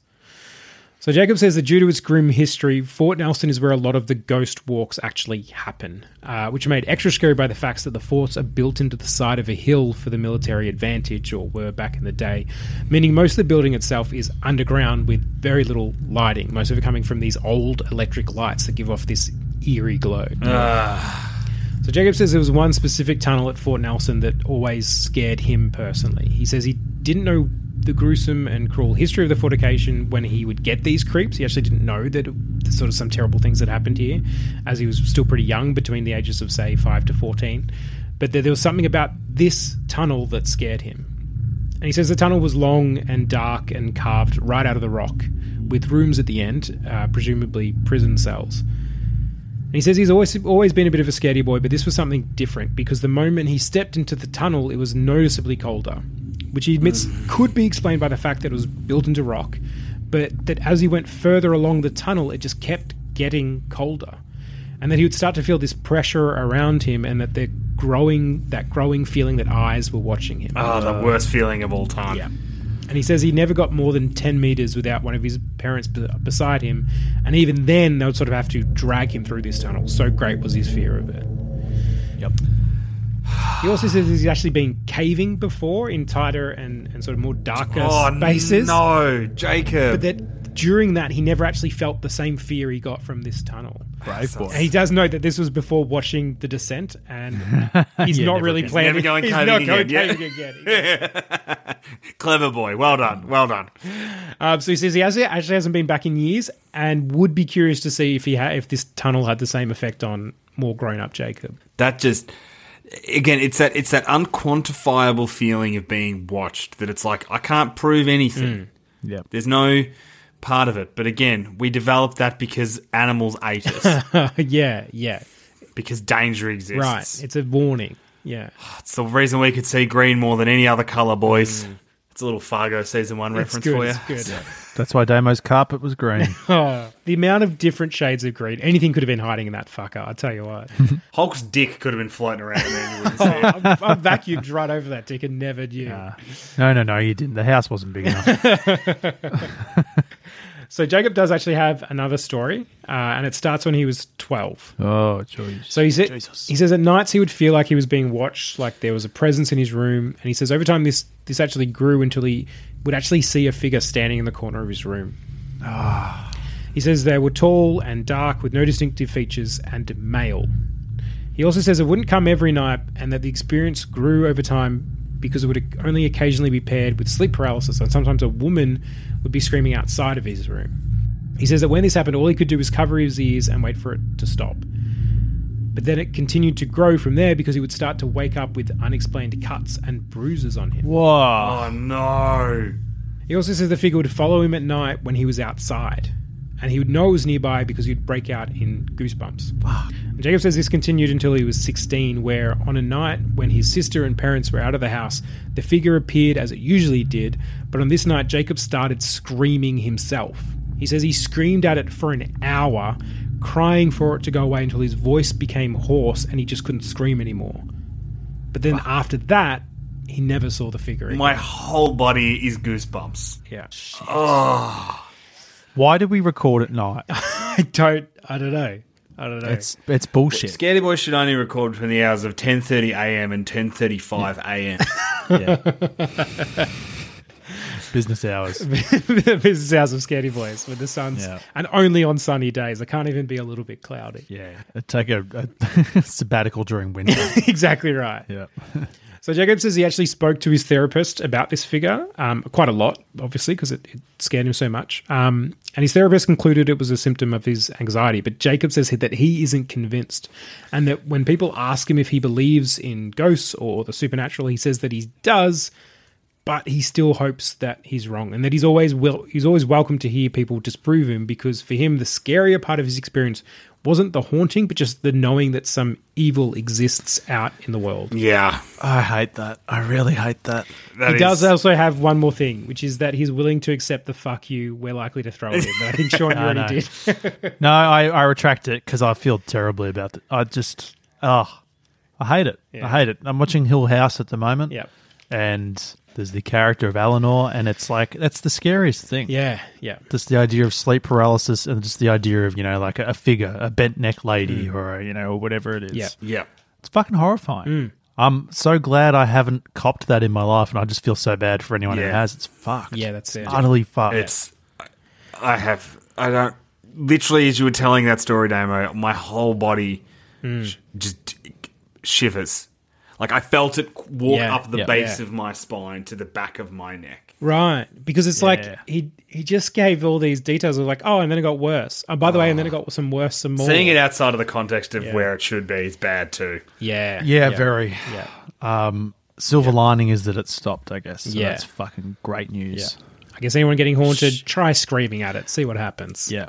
So Jacob says that due to its grim history, Fort Nelson is where a lot of the ghost walks actually happen, uh, which are made extra scary by the facts that the forts are built into the side of a hill for the military advantage, or were back in the day, meaning most of the building itself is underground with very little lighting, most of it coming from these old electric lights that give off this eerie glow.
Ah,
So Jacob says there was one specific tunnel at Fort Nelson that always scared him personally. He says he didn't know the gruesome and cruel history of the fortification when he would get these creeps. He actually didn't know that it- sort of some terrible things that happened here, as he was still pretty young, between the ages of say five to fourteen. But there, there was something about this tunnel that scared him. And he says the tunnel was long and dark and carved right out of the rock, with rooms at the end, uh, presumably prison cells. And he says he's always always been a bit of a scaredy boy, but this was something different because the moment he stepped into the tunnel, it was noticeably colder, which he admits could be explained by the fact that it was built into rock, but that as he went further along the tunnel, it just kept getting colder, and that he would start to feel this pressure around him, and that they're growing that growing feeling that eyes were watching him.
Ah, the worst feeling of all time.
uh, Yeah. And he says he never got more than 10 meters without one of his parents b- beside him. And even then, they would sort of have to drag him through this tunnel. So great was his fear of it.
Yep.
He also says he's actually been caving before in tighter and, and sort of more darker
Oh
spaces.
no, Jacob.
But that during that, he never actually felt the same fear he got from this tunnel.
Brave boy.
And he does note that this was before watching The Descent, and he's
Yeah,
not
never
really
again.
planning.
Never going
he's
caving
not
again,
going
yeah.
caving again.
Clever boy. Well done. Well done.
Um, so he says he has, actually hasn't been back in years, and would be curious to see if he ha- if this tunnel had the same effect on more grown up Jacob.
That just again, it's that it's that unquantifiable feeling of being watched that it's like I can't prove
Hmm.
anything.
Yep.
There's no part of it. But again, we developed that because animals ate us.
yeah, yeah,
because danger exists.
right. It's a warning. Yeah,
It's the reason we could see green more than any other colour, boys. It's a little Fargo season one
Mm. it's
reference
good.
for you.
It's good.
That's why Damo's carpet was green.
Oh, the amount of different shades of green. Anything could have been hiding in that fucker. I tell you what.
Hulk's dick could have been floating around. Man, you wouldn't
Oh,
see it.
I, I vacuumed right over that dick and never knew.
no, no, no, you didn't. The house wasn't big enough.
So Jacob does actually have another story, uh, and it starts when he was twelve.
oh, jeez.
So he said, he says at nights he would feel like he was being watched, like there was a presence in his room, and he says over time this this actually grew until he would actually see a figure standing in the corner of his room. He says they were tall and dark with no distinctive features and male. He also says it wouldn't come every night and that the experience grew over time because it would only occasionally be paired with sleep paralysis and sometimes a woman would be screaming outside of his room. He says that when this happened, all he could do was cover his ears and wait for it to stop. But then it continued to grow from there because he would start to wake up with unexplained cuts and bruises on him.
Whoa.
oh no.
He also says the figure would follow him at night when he was outside, and he would know it was nearby because he'd break out in goosebumps. And Jacob says this continued until he was 16, where on a night when his sister and parents were out of the house, the figure appeared as it usually did, but on this night, Jacob started screaming himself. He says he screamed at it for an hour, crying for it to go away until his voice became hoarse and he just couldn't scream anymore. But then after that, he never saw the figure again.
My whole body is goosebumps.
yeah.
Why did we record at night?
I don't. I don't know. I don't know.
It's it's bullshit.
Scaredy Boy should only record between the hours of 10.30 a.m. and 10.35 a.m.
Business hours.
the business hours of Scaredy Boys with the sun's
Yeah.
and only on sunny days. It can't even be a little bit cloudy.
Yeah. Take a, a sabbatical during winter.
exactly right.
yeah.
So Jacob says he actually spoke to his therapist about this figure um, quite a lot, obviously, because it, it scared him so much. Um, and his therapist concluded it was a symptom of his anxiety. But Jacob says that he isn't convinced, and that when people ask him if he believes in ghosts or the supernatural, he says that he does, but he still hopes that he's wrong and that he's always will he's always welcome to hear people disprove him because for him the scarier part of his experience wasn't the haunting, but just the knowing that some evil exists out in the world.
yeah.
I hate that. I really hate that.
that
he
is
does also have one more thing, which is that he's willing to accept the fuck you we're likely to throw at him. But I think Sean you already
know.
did.
No, I, I retract it because I feel terribly about it. I just, ah, oh, I hate it. I hate it. I'm watching Hill House at the moment.
Yep.
And There's the character of Eleanor, and it's like that's the scariest thing.
Yeah, yeah.
Just the idea of sleep paralysis, and just the idea of you know like a, a figure, a bent neck lady,
Mm.
or a, you know whatever it is.
Yeah. Mm.
Yeah.
It's fucking horrifying. I'm so glad I haven't copped that in my life, and I just feel so bad for anyone who
Yeah.
has. It's fucked.
Yeah, that's it.
utterly fucked.
It's. I I have. I don't. Literally, as you were telling that story, Damo, my whole body
Hmm.
sh- just shivers. Like I felt it walk
Yeah,
up the
yeah.
base
Yeah.
of my spine to the back of my neck.
Right, because it's
Yeah.
like he he just gave all these details of like, oh, and then it got worse. Oh, by the way, and then it got some worse, some more.
Seeing it outside of the context of where it should be is bad too.
Yeah.
Yeah, very.
Yeah.
Um, silver lining is that it stopped, I guess. So
Yeah.
that's fucking great news.
I guess anyone getting haunted, try screaming at it, see what happens.
Yeah.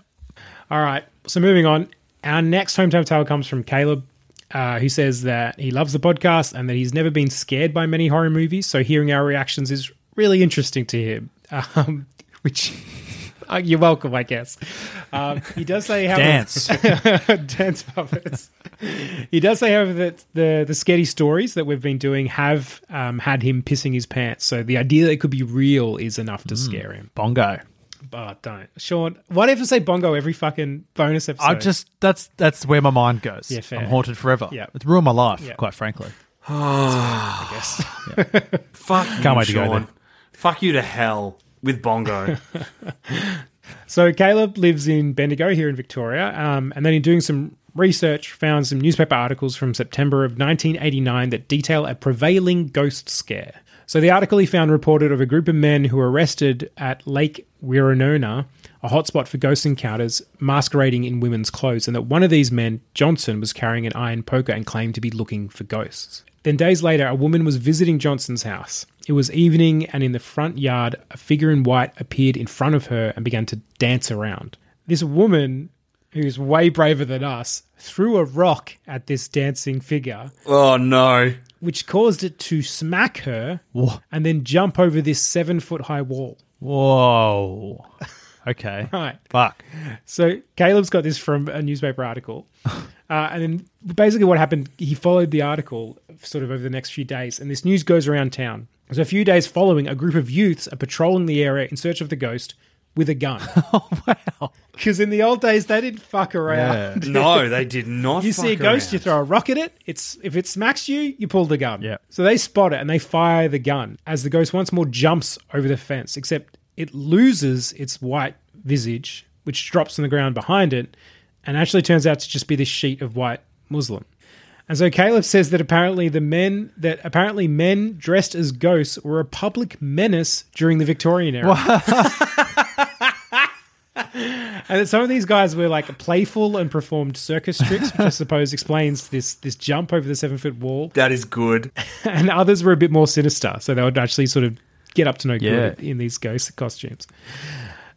All right. So moving on, our next hometown tale comes from Caleb, uh, who says that he loves the podcast and that he's never been scared by many horror movies. So hearing our reactions is really interesting to him. Um, which uh, you're welcome, I guess. Um, he does say how
Dance.
dance puppets. he does say, however, that the the scary stories that we've been doing have um, had him pissing his pants. So the idea that it could be real is enough
Hmm.
to scare him.
Bongo.
But don't, Sean. Why do you have to say bongo every fucking bonus episode?
I just that's that's where my mind goes.
Yeah, fair.
I'm haunted forever.
Yeah.
It's ruined my life,
Yeah.
quite frankly.
I guess.
Fuck you,
wait to go
Sean.
there.
Fuck you to hell with Bongo.
So Caleb lives in Bendigo here in Victoria, um, and then in doing some research, found some newspaper articles from September of 1989 that detail a prevailing ghost scare. So the article he found reported of a group of men who were arrested at Lake Wirinona, a hotspot for ghost encounters, masquerading in women's clothes, and that one of these men, Johnson, was carrying an iron poker and claimed to be looking for ghosts. Then days later, a woman was visiting Johnson's house. It was evening, and in the front yard, a figure in white appeared in front of her and began to dance around. This woman, who's way braver than us, threw a rock at this dancing figure,
oh no.
which caused it to smack her
Wha-
and then jump over this seven foot high wall.
Whoa. Okay.
Right.
Fuck.
So Caleb's got this from a newspaper article. Uh, and then basically what happened, he followed the article sort of over the next few days, and this news goes around town. So a few days following, a group of youths are patrolling the area in search of the ghost with a gun.
Oh wow.
Because in the old days, they didn't fuck around.
No, they did not.
You see a
fuck
ghost,
around.
you throw a rock at it. It's if it smacks you, you pull the gun.
Yeah.
So they spot it and they fire the gun as the ghost once more jumps over the fence, except it loses its white visage, which drops on the ground behind it, and actually turns out to just be this sheet of white muslin. And so Caleb says that apparently the men that apparently men dressed as ghosts were a public menace during the Victorian era. And that some of these guys were like playful and performed circus tricks, which I suppose explains this this jump over the seven foot wall.
That is good.
And others were a bit more sinister, so they would actually sort of get up to no good
Yeah.
in these ghost costumes.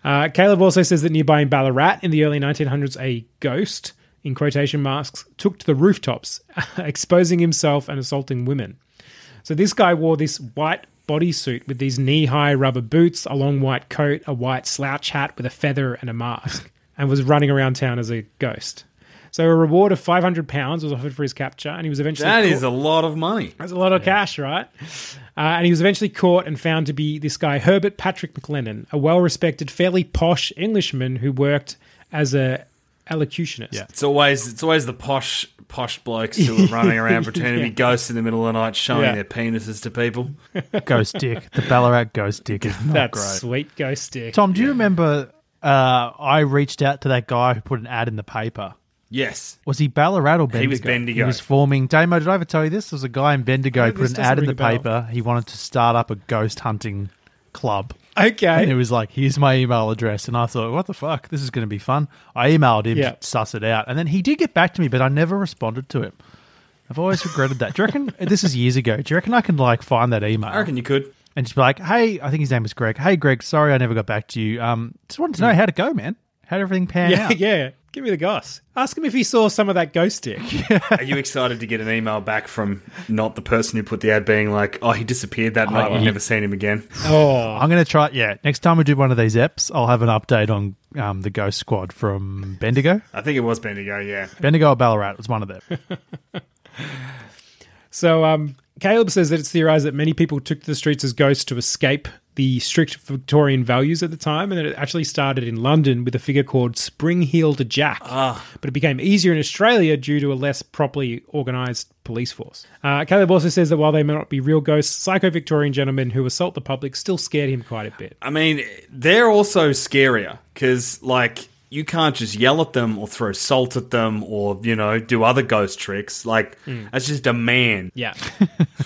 Uh, Caleb also says that nearby in Ballarat in the early 1900s, a ghost in quotation marks took to the rooftops, exposing himself and assaulting women. So this guy wore this white bodysuit with these knee-high rubber boots, a long white coat, a white slouch hat with a feather and a mask, and was running around town as a ghost. So a reward of five hundred pounds was offered for his capture, and he was eventually
That
caught-
is a lot of money.
that's a lot of cash, right? Uh, and he was eventually caught and found to be this guy, Herbert Patrick McLennan, a well respected, fairly posh Englishman who worked as a elocutionist.
Yeah.
It's always it's always the posh posh blokes who are running around pretending to be ghosts in the middle of the night, showing
Yeah.
their penises to people.
Ghost dick. The Ballarat ghost dick is not
That's
Oh, great.
sweet ghost stick.
Tom, do you remember uh, I reached out to that guy who put an ad in the paper?
Yes,
Was he Ballarat or Bendigo?
He was
He
Bendigo.
was forming. Damo, did I ever tell you this? There was a guy in Bendigo
No,
put
this
an
doesn't
ad in the
ring a
paper. He wanted to start up a ghost hunting club. And it
Okay.
was like, here's my email address. And I thought, what the fuck? This is going to be fun. I emailed him
Yeah.
to suss it out. And then he did get back to me, but I never responded to him. I've always regretted that. Do you reckon, this is years ago, do you reckon I can like find that email?
I reckon you could.
and just be like, "Hey, I think his name was Greg. Hey, Greg, sorry I never got back to you. Um, just wanted to know how'd it go, man. How'd everything pan
Yeah,
out?
yeah. Give me the goss. Ask him if he saw some of that ghost stick.
Are you excited to get an email back from not the person who put the ad, being like, "Oh, he disappeared that night. I've never seen him again."
oh,
I'm gonna try. Yeah, next time we do one of these eps, I'll have an update on um, the Ghost Squad from Bendigo,
I think it was Bendigo. Yeah,
Bendigo or Ballarat. It was one of them.
So um, Caleb says that it's theorized that many people took to the streets as ghosts to escape the strict Victorian values at the time, and that it actually started in London with a figure called Spring-Heeled Jack. But it became easier in Australia due to a less properly organised police force. Uh, Caleb also says that while they may not be real ghosts, psycho-Victorian gentlemen who assault the public still scared him quite a bit.
I mean, they're also scarier because, like, you can't just yell at them or throw salt at them or, you know, do other ghost tricks. Like, that's just a man.
Yeah.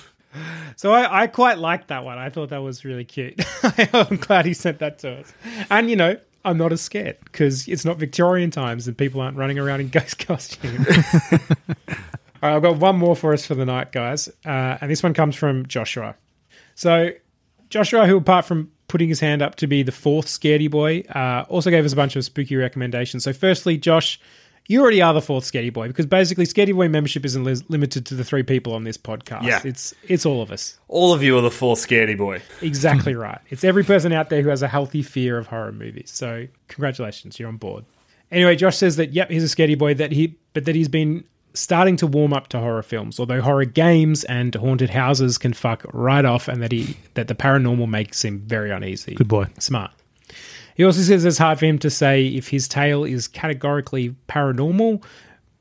So I, I quite liked that one. I thought that was really cute. I'm glad he sent that to us. And you know, I'm not as scared because it's not Victorian times and people aren't running around in ghost costumes. All right, I've got one more for us for the night, guys. Uh, and this one comes from Joshua. So Joshua, who apart from putting his hand up to be the fourth scaredy boy, uh, also gave us a bunch of spooky recommendations. So firstly, Josh, you already are the fourth scaredy boy because basically scaredy boy membership isn't lis- limited to the three people on this podcast.
Yeah.
It's it's all of us.
All of you are the four scaredy boy.
Exactly right. It's every person out there who has a healthy fear of horror movies. So congratulations, you're on board. Anyway, Josh says that yep, he's a scaredy boy that he but that he's been starting to warm up to horror films, although horror games and haunted houses can fuck right off and that he that the paranormal makes him very uneasy.
Good boy.
Smart. He also says it's hard for him to say if his tale is categorically paranormal,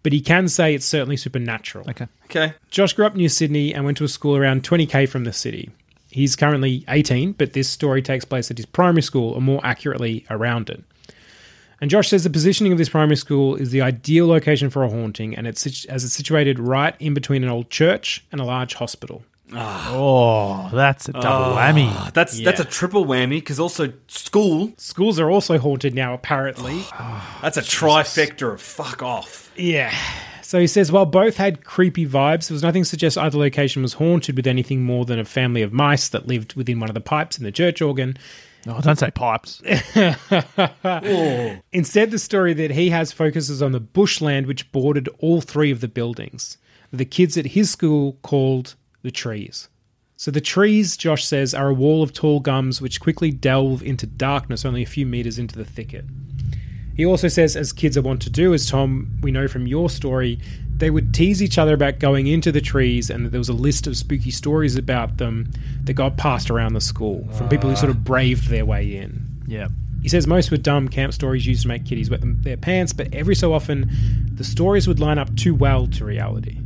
but he can say it's certainly supernatural.
Okay.
Okay.
Josh grew up near Sydney and went to a school around 20k from the city. He's currently 18, but this story takes place at his primary school, or more accurately, around it. And Josh says the positioning of this primary school is the ideal location for a haunting, and it's sit- as it's situated right in between an old church and a large hospital.
Oh, that's a
Ah,
double whammy.
That's that's a triple whammy because also school.
Schools are also haunted now, apparently.
That's a trifecta of fuck off.
Yeah. So he says, while both had creepy vibes, there was nothing to suggest either location was haunted with anything more than a family of mice that lived within one of the pipes in the church organ.
No, don't say pipes.
Instead, the story that he has focuses on the bushland which bordered all three of the buildings. The kids at his school called the trees. So the trees, Josh says, are a wall of tall gums which quickly delve into darkness only a few meters into the thicket. He also says, as kids are wont to do, as Tom, we know from your story, they would tease each other about going into the trees and that there was a list of spooky stories about them that got passed around the school from people who sort of braved their way in.
yeah.
He says most were dumb camp stories used to make kiddies wet them, their pants, but every so often the stories would line up too well to reality.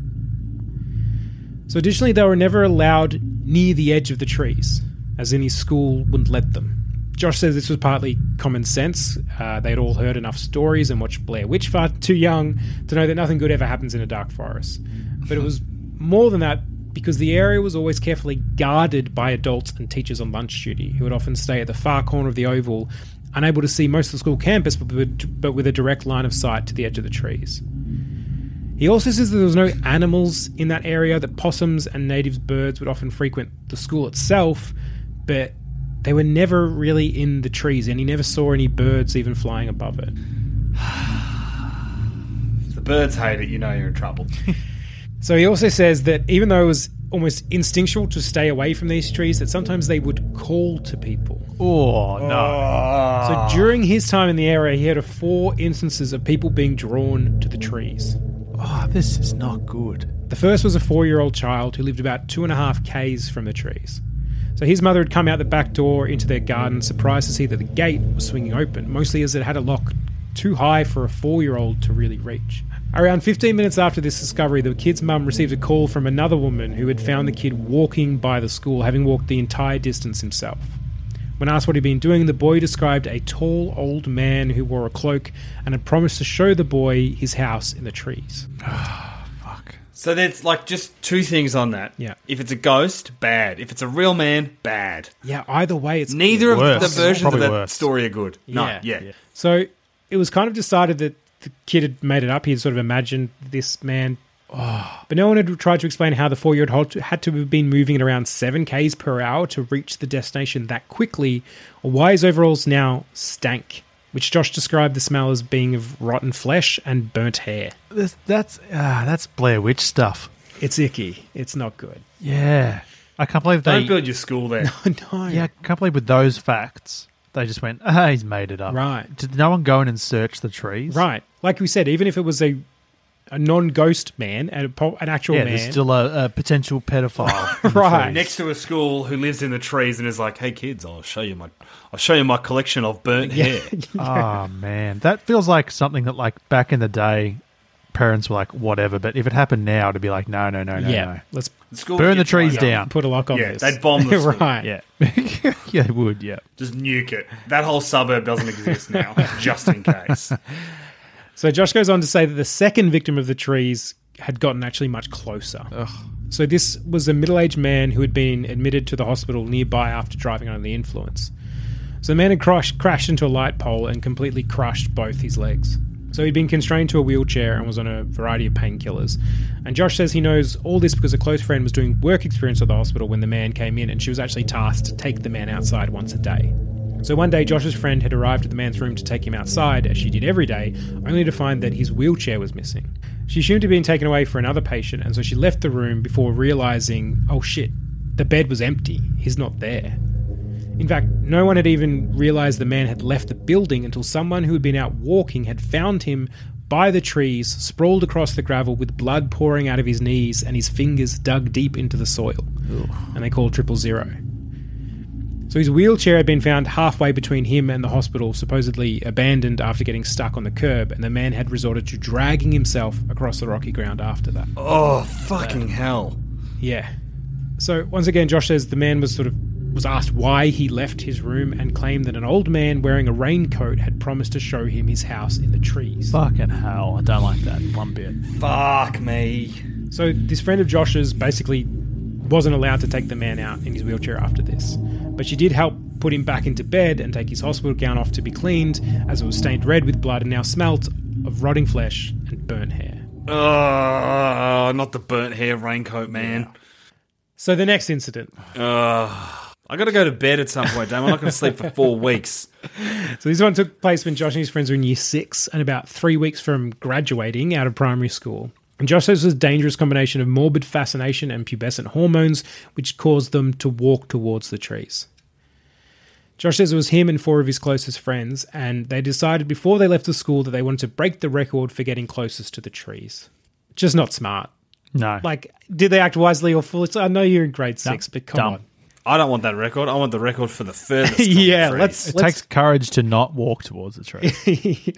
So, additionally, they were never allowed near the edge of the trees, as any school wouldn't let them. Josh says this was partly common sense. Uh, they'd all heard enough stories and watched Blair Witch far too young to know that nothing good ever happens in a dark forest. But it was more than that because the area was always carefully guarded by adults and teachers on lunch duty, who would often stay at the far corner of the oval, unable to see most of the school campus, but with- but with a direct line of sight to the edge of the trees. He also says that there was no animals in that area, that possums and native birds would often frequent the school itself, but they were never really in the trees, and he never saw any birds even flying above it.
If the birds hate it, you know you're in trouble.
So he also says that even though it was almost instinctual to stay away from these trees, that sometimes they would call to people.
Oh, no.
Ah. So during his time in the area, he heard of four instances of people being drawn to the trees.
Oh, this is not good.
The first was a four year old child who lived about two and a half Ks from the trees. So his mother had come out the back door into their garden, surprised to see that the gate was swinging open, mostly as it had a lock too high for a four year old to really reach. Around 15 minutes after this discovery, the kid's mum received a call from another woman who had found the kid walking by the school, having walked the entire distance himself. When asked what he'd been doing, the boy described a tall old man who wore a cloak and had promised to show the boy his house in the trees.
So there's like just two things on that.
Yeah.
If it's a ghost, bad. If it's a real man, bad.
Yeah, either way, it's
Neither of
Worse.
the versions
Probably
of that
worse.
story are good. No, yeah.
So it was kind of decided that the kid had made it up. He had sort of imagined this man.
Oh.
But no one had tried to explain how the four year old had to have been moving at around 7 Ks per hour to reach the destination that quickly, or why his overalls now stank, which Josh described the smell as being of rotten flesh and burnt hair.
This, that's ah, that's Blair Witch stuff.
It's icky. It's not good.
Yeah, I can't believe they.
Don't build your school there.
no.
yeah, I can't believe with those facts they just went. Ah, he's made it up.
Right.
Did no one go in and search the trees?
Right. Like we said, even if it was a a non-ghost man, and a po- an actual
yeah,
Oh, man.
there's still a, a potential pedophile. in the
Right.
trees.
next to a school who lives in the trees and is like, "Hey kids, I'll show you my, I'll show you my collection of burnt hair."
Oh man, that feels like something that like back in the day, parents were like whatever, but if it happened now, it'd be like no, no, no, no,
yeah,
no.
let's
The school
Burn the
kids
trees
lined up.
down.
put a lock on
Yeah,
this.
they'd bomb the school.
right.
Yeah, yeah, it would. Yeah.
Just nuke it. That whole suburb doesn't exist now, just in case.
So Josh goes on to say that the second victim of the trees had gotten actually much closer. So this was a middle-aged man who had been admitted to the hospital nearby after driving under the influence. So the man had crash, crashed into a light pole and completely crushed both his legs. So he'd been constrained to a wheelchair and was on a variety of painkillers. And Josh says he knows all this because a close friend was doing work experience at the hospital when the man came in, and she was actually tasked to take the man outside once a day. So one day, Josh's friend had arrived at the man's room to take him outside, as she did every day, only to find that his wheelchair was missing. She assumed he'd been taken away for another patient, and so she left the room before realizing, oh shit, the bed was empty. He's not there. In fact, no one had even realized the man had left the building until someone who had been out walking had found him by the trees, sprawled across the gravel with blood pouring out of his knees and his fingers dug deep into the soil. And they called triple zero. So his wheelchair had been found halfway between him and the hospital, supposedly abandoned after getting stuck on the curb, and the man had resorted to dragging himself across the rocky ground after that.
Oh fucking hell!
Yeah. So once again, Josh says the man was sort of was asked why he left his room and claimed that an old man wearing a raincoat had promised to show him his house in the trees.
Fucking hell, I don't like that one bit.
Fuck me.
So this friend of Josh's basically wasn't allowed to take the man out in his wheelchair after this, but she did help put him back into bed and take his hospital gown off to be cleaned, as it was stained red with blood and now smelt of rotting flesh and burnt hair.
Uh, not the burnt hair raincoat man.
So the next incident.
I gotta go to bed at some point, Dame. I'm not gonna sleep for four weeks.
So this one took place when Josh and his friends were in year six and about three weeks from graduating out of primary school. And Josh says it was a dangerous combination of morbid fascination and pubescent hormones, which caused them to walk towards the trees. Josh says it was him and four of his closest friends, and they decided before they left the school that they wanted to break the record for getting closest to the trees. Just not smart.
No,
Like, did they act wisely or foolishly? I know you're in grade
No,
six, but come
dumb.
on.
I don't want that record. I want the record for the furthest. from the
yeah,
trees.
let's,
it
let's
takes courage to not walk towards the tree.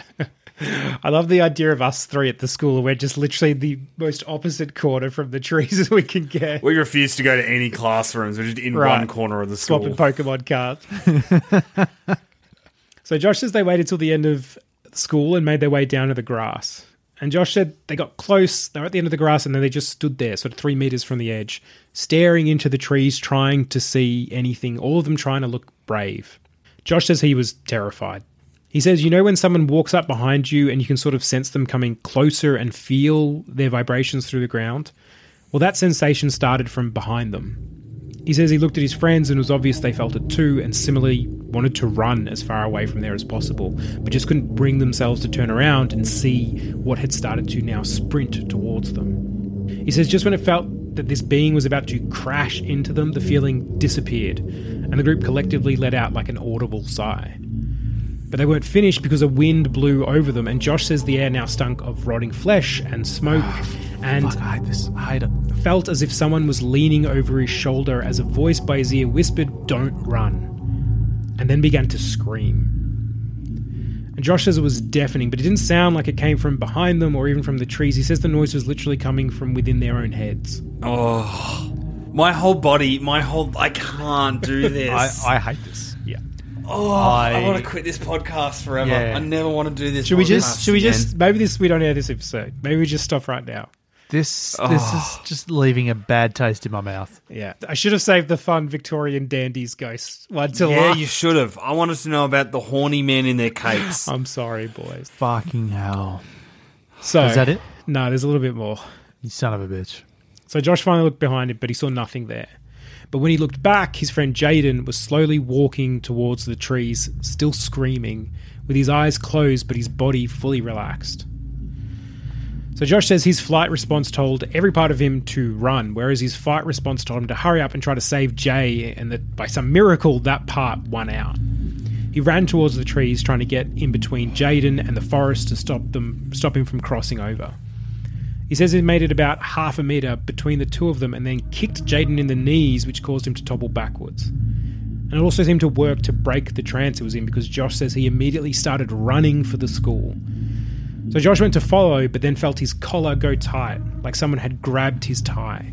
I love the idea of us three at the school. We're just literally the most opposite corner from the trees as we can get.
We refuse to go to any classrooms. We're just in
Right.
one corner of the school.
Swapping Pokemon cards. so Josh says they waited till the end of school and made their way down to the grass. And Josh said they got close, they were at the end of the grass, and then they just stood there, sort of three meters from the edge, staring into the trees, trying to see anything, all of them trying to look brave. Josh says he was terrified. He says, You know, when someone walks up behind you and you can sort of sense them coming closer and feel their vibrations through the ground? Well, that sensation started from behind them. He says he looked at his friends and it was obvious they felt it too, and similarly wanted to run as far away from there as possible, but just couldn't bring themselves to turn around and see what had started to now sprint towards them. He says just when it felt that this being was about to crash into them, the feeling disappeared, and the group collectively let out like an audible sigh. But they weren't finished because a wind blew over them, and Josh says the air now stunk of rotting flesh and smoke, and
Ah, Fuck, I hate this. I hate it.
felt as if someone was leaning over his shoulder as a voice by his ear whispered, Don't run, and then began to scream. And Josh says it was deafening, but it didn't sound like it came from behind them or even from the trees. He says the noise was literally coming from within their own heads.
Oh, my whole body, my whole. I can't do this.
I, I hate this. Yeah.
oh, I,
I-
want to quit this podcast forever.
Yeah.
I never want to do this.
Should we
podcast
just, should we
again.
just, maybe this, we don't air this episode. Maybe we just stop right now.
This this is just leaving a bad taste in my mouth.
Yeah. I should have saved the fun Victorian dandy's ghost one to
Yeah,
last.
you should have. I wanted to know about the horny men in their capes.
I'm sorry, boys.
Fucking hell.
So,
Is that it?
No, there's a little bit more.
You son of a bitch.
So Josh finally looked behind him, but he saw nothing there. But when he looked back, his friend Jaden was slowly walking towards the trees, still screaming, with his eyes closed but his body fully relaxed. So Josh says his flight response told every part of him to run, whereas his fight response told him to hurry up and try to save Jay, and that by some miracle, that part won out. He ran towards the trees, trying to get in between Jaden and the forest to stop them, stop him from crossing over. He says he made it about half a meter between the two of them and then kicked Jaden in the knees, which caused him to topple backwards. And it also seemed to work to break the trance it was in because Josh says he immediately started running for the school. So Josh went to follow, but then felt his collar go tight, like someone had grabbed his tie.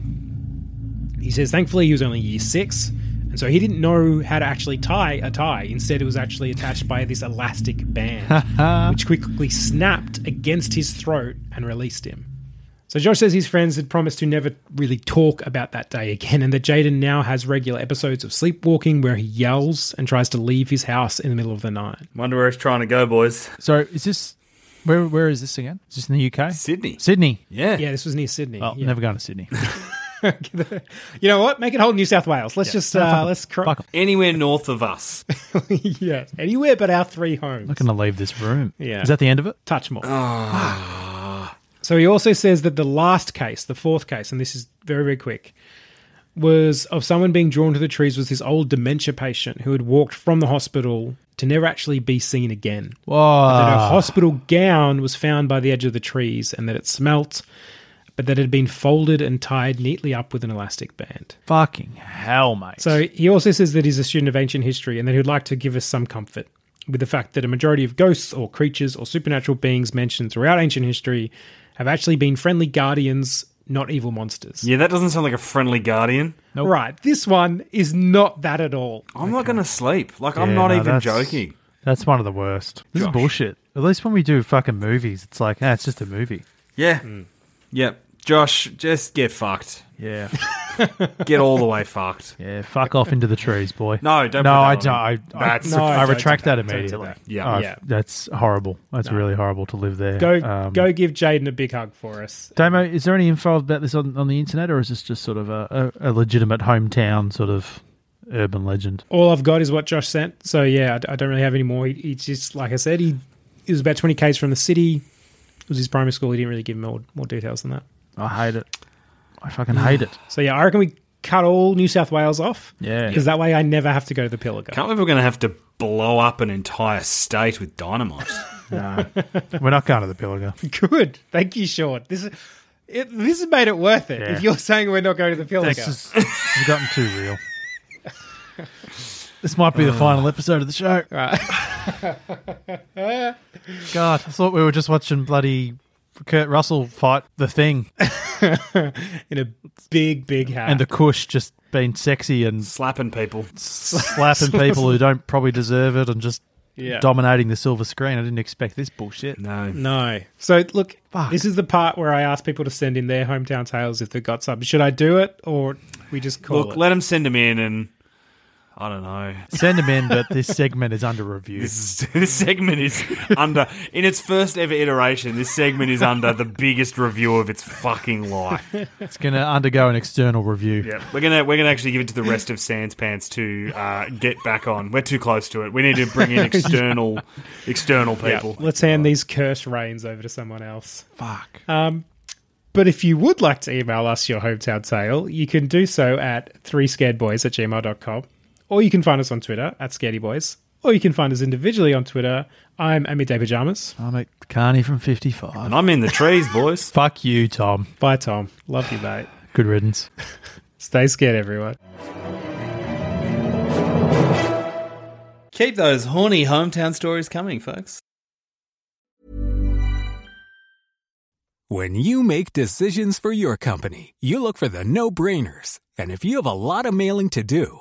He says, thankfully, he was only year six, and so he didn't know how to actually tie a tie. Instead, it was actually attached by this elastic band, which quickly snapped against his throat and released him. So Josh says his friends had promised to never really talk about that day again, and that Jaden now has regular episodes of sleepwalking where he yells and tries to leave his house in the middle of the night.
Wonder where he's trying to go, boys.
So is this where? Where is this again? Is this in the UK?
Sydney.
Sydney.
Yeah.
Yeah, this was near Sydney.
Oh,
yeah.
never going to Sydney.
you know what? Make it whole New South Wales. Let's just uh, let's cr-
Anywhere north of us.
yeah anywhere but our three homes.
I'm not going to leave this room.
Yeah.
Is that the end of it?
touch more. so he also says that the last case, the fourth case, and this is very, very quick, was of someone being drawn to the trees was this old dementia patient who had walked from the hospital to never actually be seen again. That her
Whoa.
hospital gown was found by the edge of the trees and that it smelt, but that it had been folded and tied neatly up with an elastic band.
Fucking hell, mate.
So he also says that he's a student of ancient history and that he'd like to give us some comfort with the fact that a majority of ghosts or creatures or supernatural beings mentioned throughout ancient history have actually been friendly guardians, not evil monsters.
Yeah, that doesn't sound like a friendly guardian.
Nope.
Right. This one is not that at all.
I'm not going to sleep. Like, I'm
Yeah,
not
no,
even
that's-
joking.
That's one of the worst. This is bullshit. At least when we do fucking movies, it's like, ah, it's just a movie.
Yeah.
Hmm.
Yep. Josh, just get fucked.
Yeah.
Get all the way fucked.
yeah. Fuck off into the trees, boy.
No, don't
No,
put that
I
on
don't. I,
That's-
I,
No,
I
don't
retract
do
that,
that. Don't do
immediately.
that.
Yeah.
Oh,
Yeah.
That's horrible. That's really horrible to live there.
Go
Um,
go give Jaden a big hug for us.
Damo, is there any info about this on, on the internet, or is this just sort of a, a, a legitimate hometown sort of urban legend?
All I've got is what Josh sent. So yeah, I d- I don't really have any more. He, he just like I said, he, he was about 20 k's from the city. It was his primary school. He didn't really give more more details than that.
I hate it. I fucking hate it.
So yeah, I reckon we cut all New South Wales off.
Yeah.
Because that way I never have to go to the Pilliga.
Can't believe we're going to have to blow up an entire state with dynamite.
We're not going to the Pilliga.
Good. Thank you, Sean. This is it, this has made it worth it.
Yeah.
If you're saying we're not going to the Pilliga.
This is it's gotten too real. This might be the final episode of the show. God, I thought we were just watching bloody Kurt Russell fight the thing
in a big, big hat.
and the Kush just being sexy and
Slapping people.
slapping people who don't probably deserve it and just
Yeah.
dominating the silver screen. I didn't expect this bullshit.
No.
no. So look,
Fuck.
this is the part where I ask people to send in their hometown tales if they've got some. Should I do it or we just call
Look,
it?
let them send them in and. I don't know.
Send them in, but this segment is under review.
This, is, this segment is under, in its first ever iteration, this segment is under the biggest review of its fucking life.
It's going to undergo an external review.
Yeah, we're gonna we're gonna actually give it to the rest of Sans Pants to uh, get back on. We're too close to it. We need to bring in external external
Yeah.
people.
Let's hand these cursed reins over to someone else. Um,
Fuck.
But if you would like to email us your hometown tale, you can do so at three scaredboys at gmail.com. Or you can find us on Twitter at scaredyboys. Or you can find us individually on Twitter. I'm Amy Day Pajamas.
I'm at Carney from 55.
And I'm in the trees, boys.
Fuck you, Tom.
Bye, Tom. Love you, mate.
Good riddance.
Stay scared, everyone.
Keep those horny hometown stories coming, folks.
When you make decisions for your company, you look for the no brainers. And if you have a lot of mailing to do,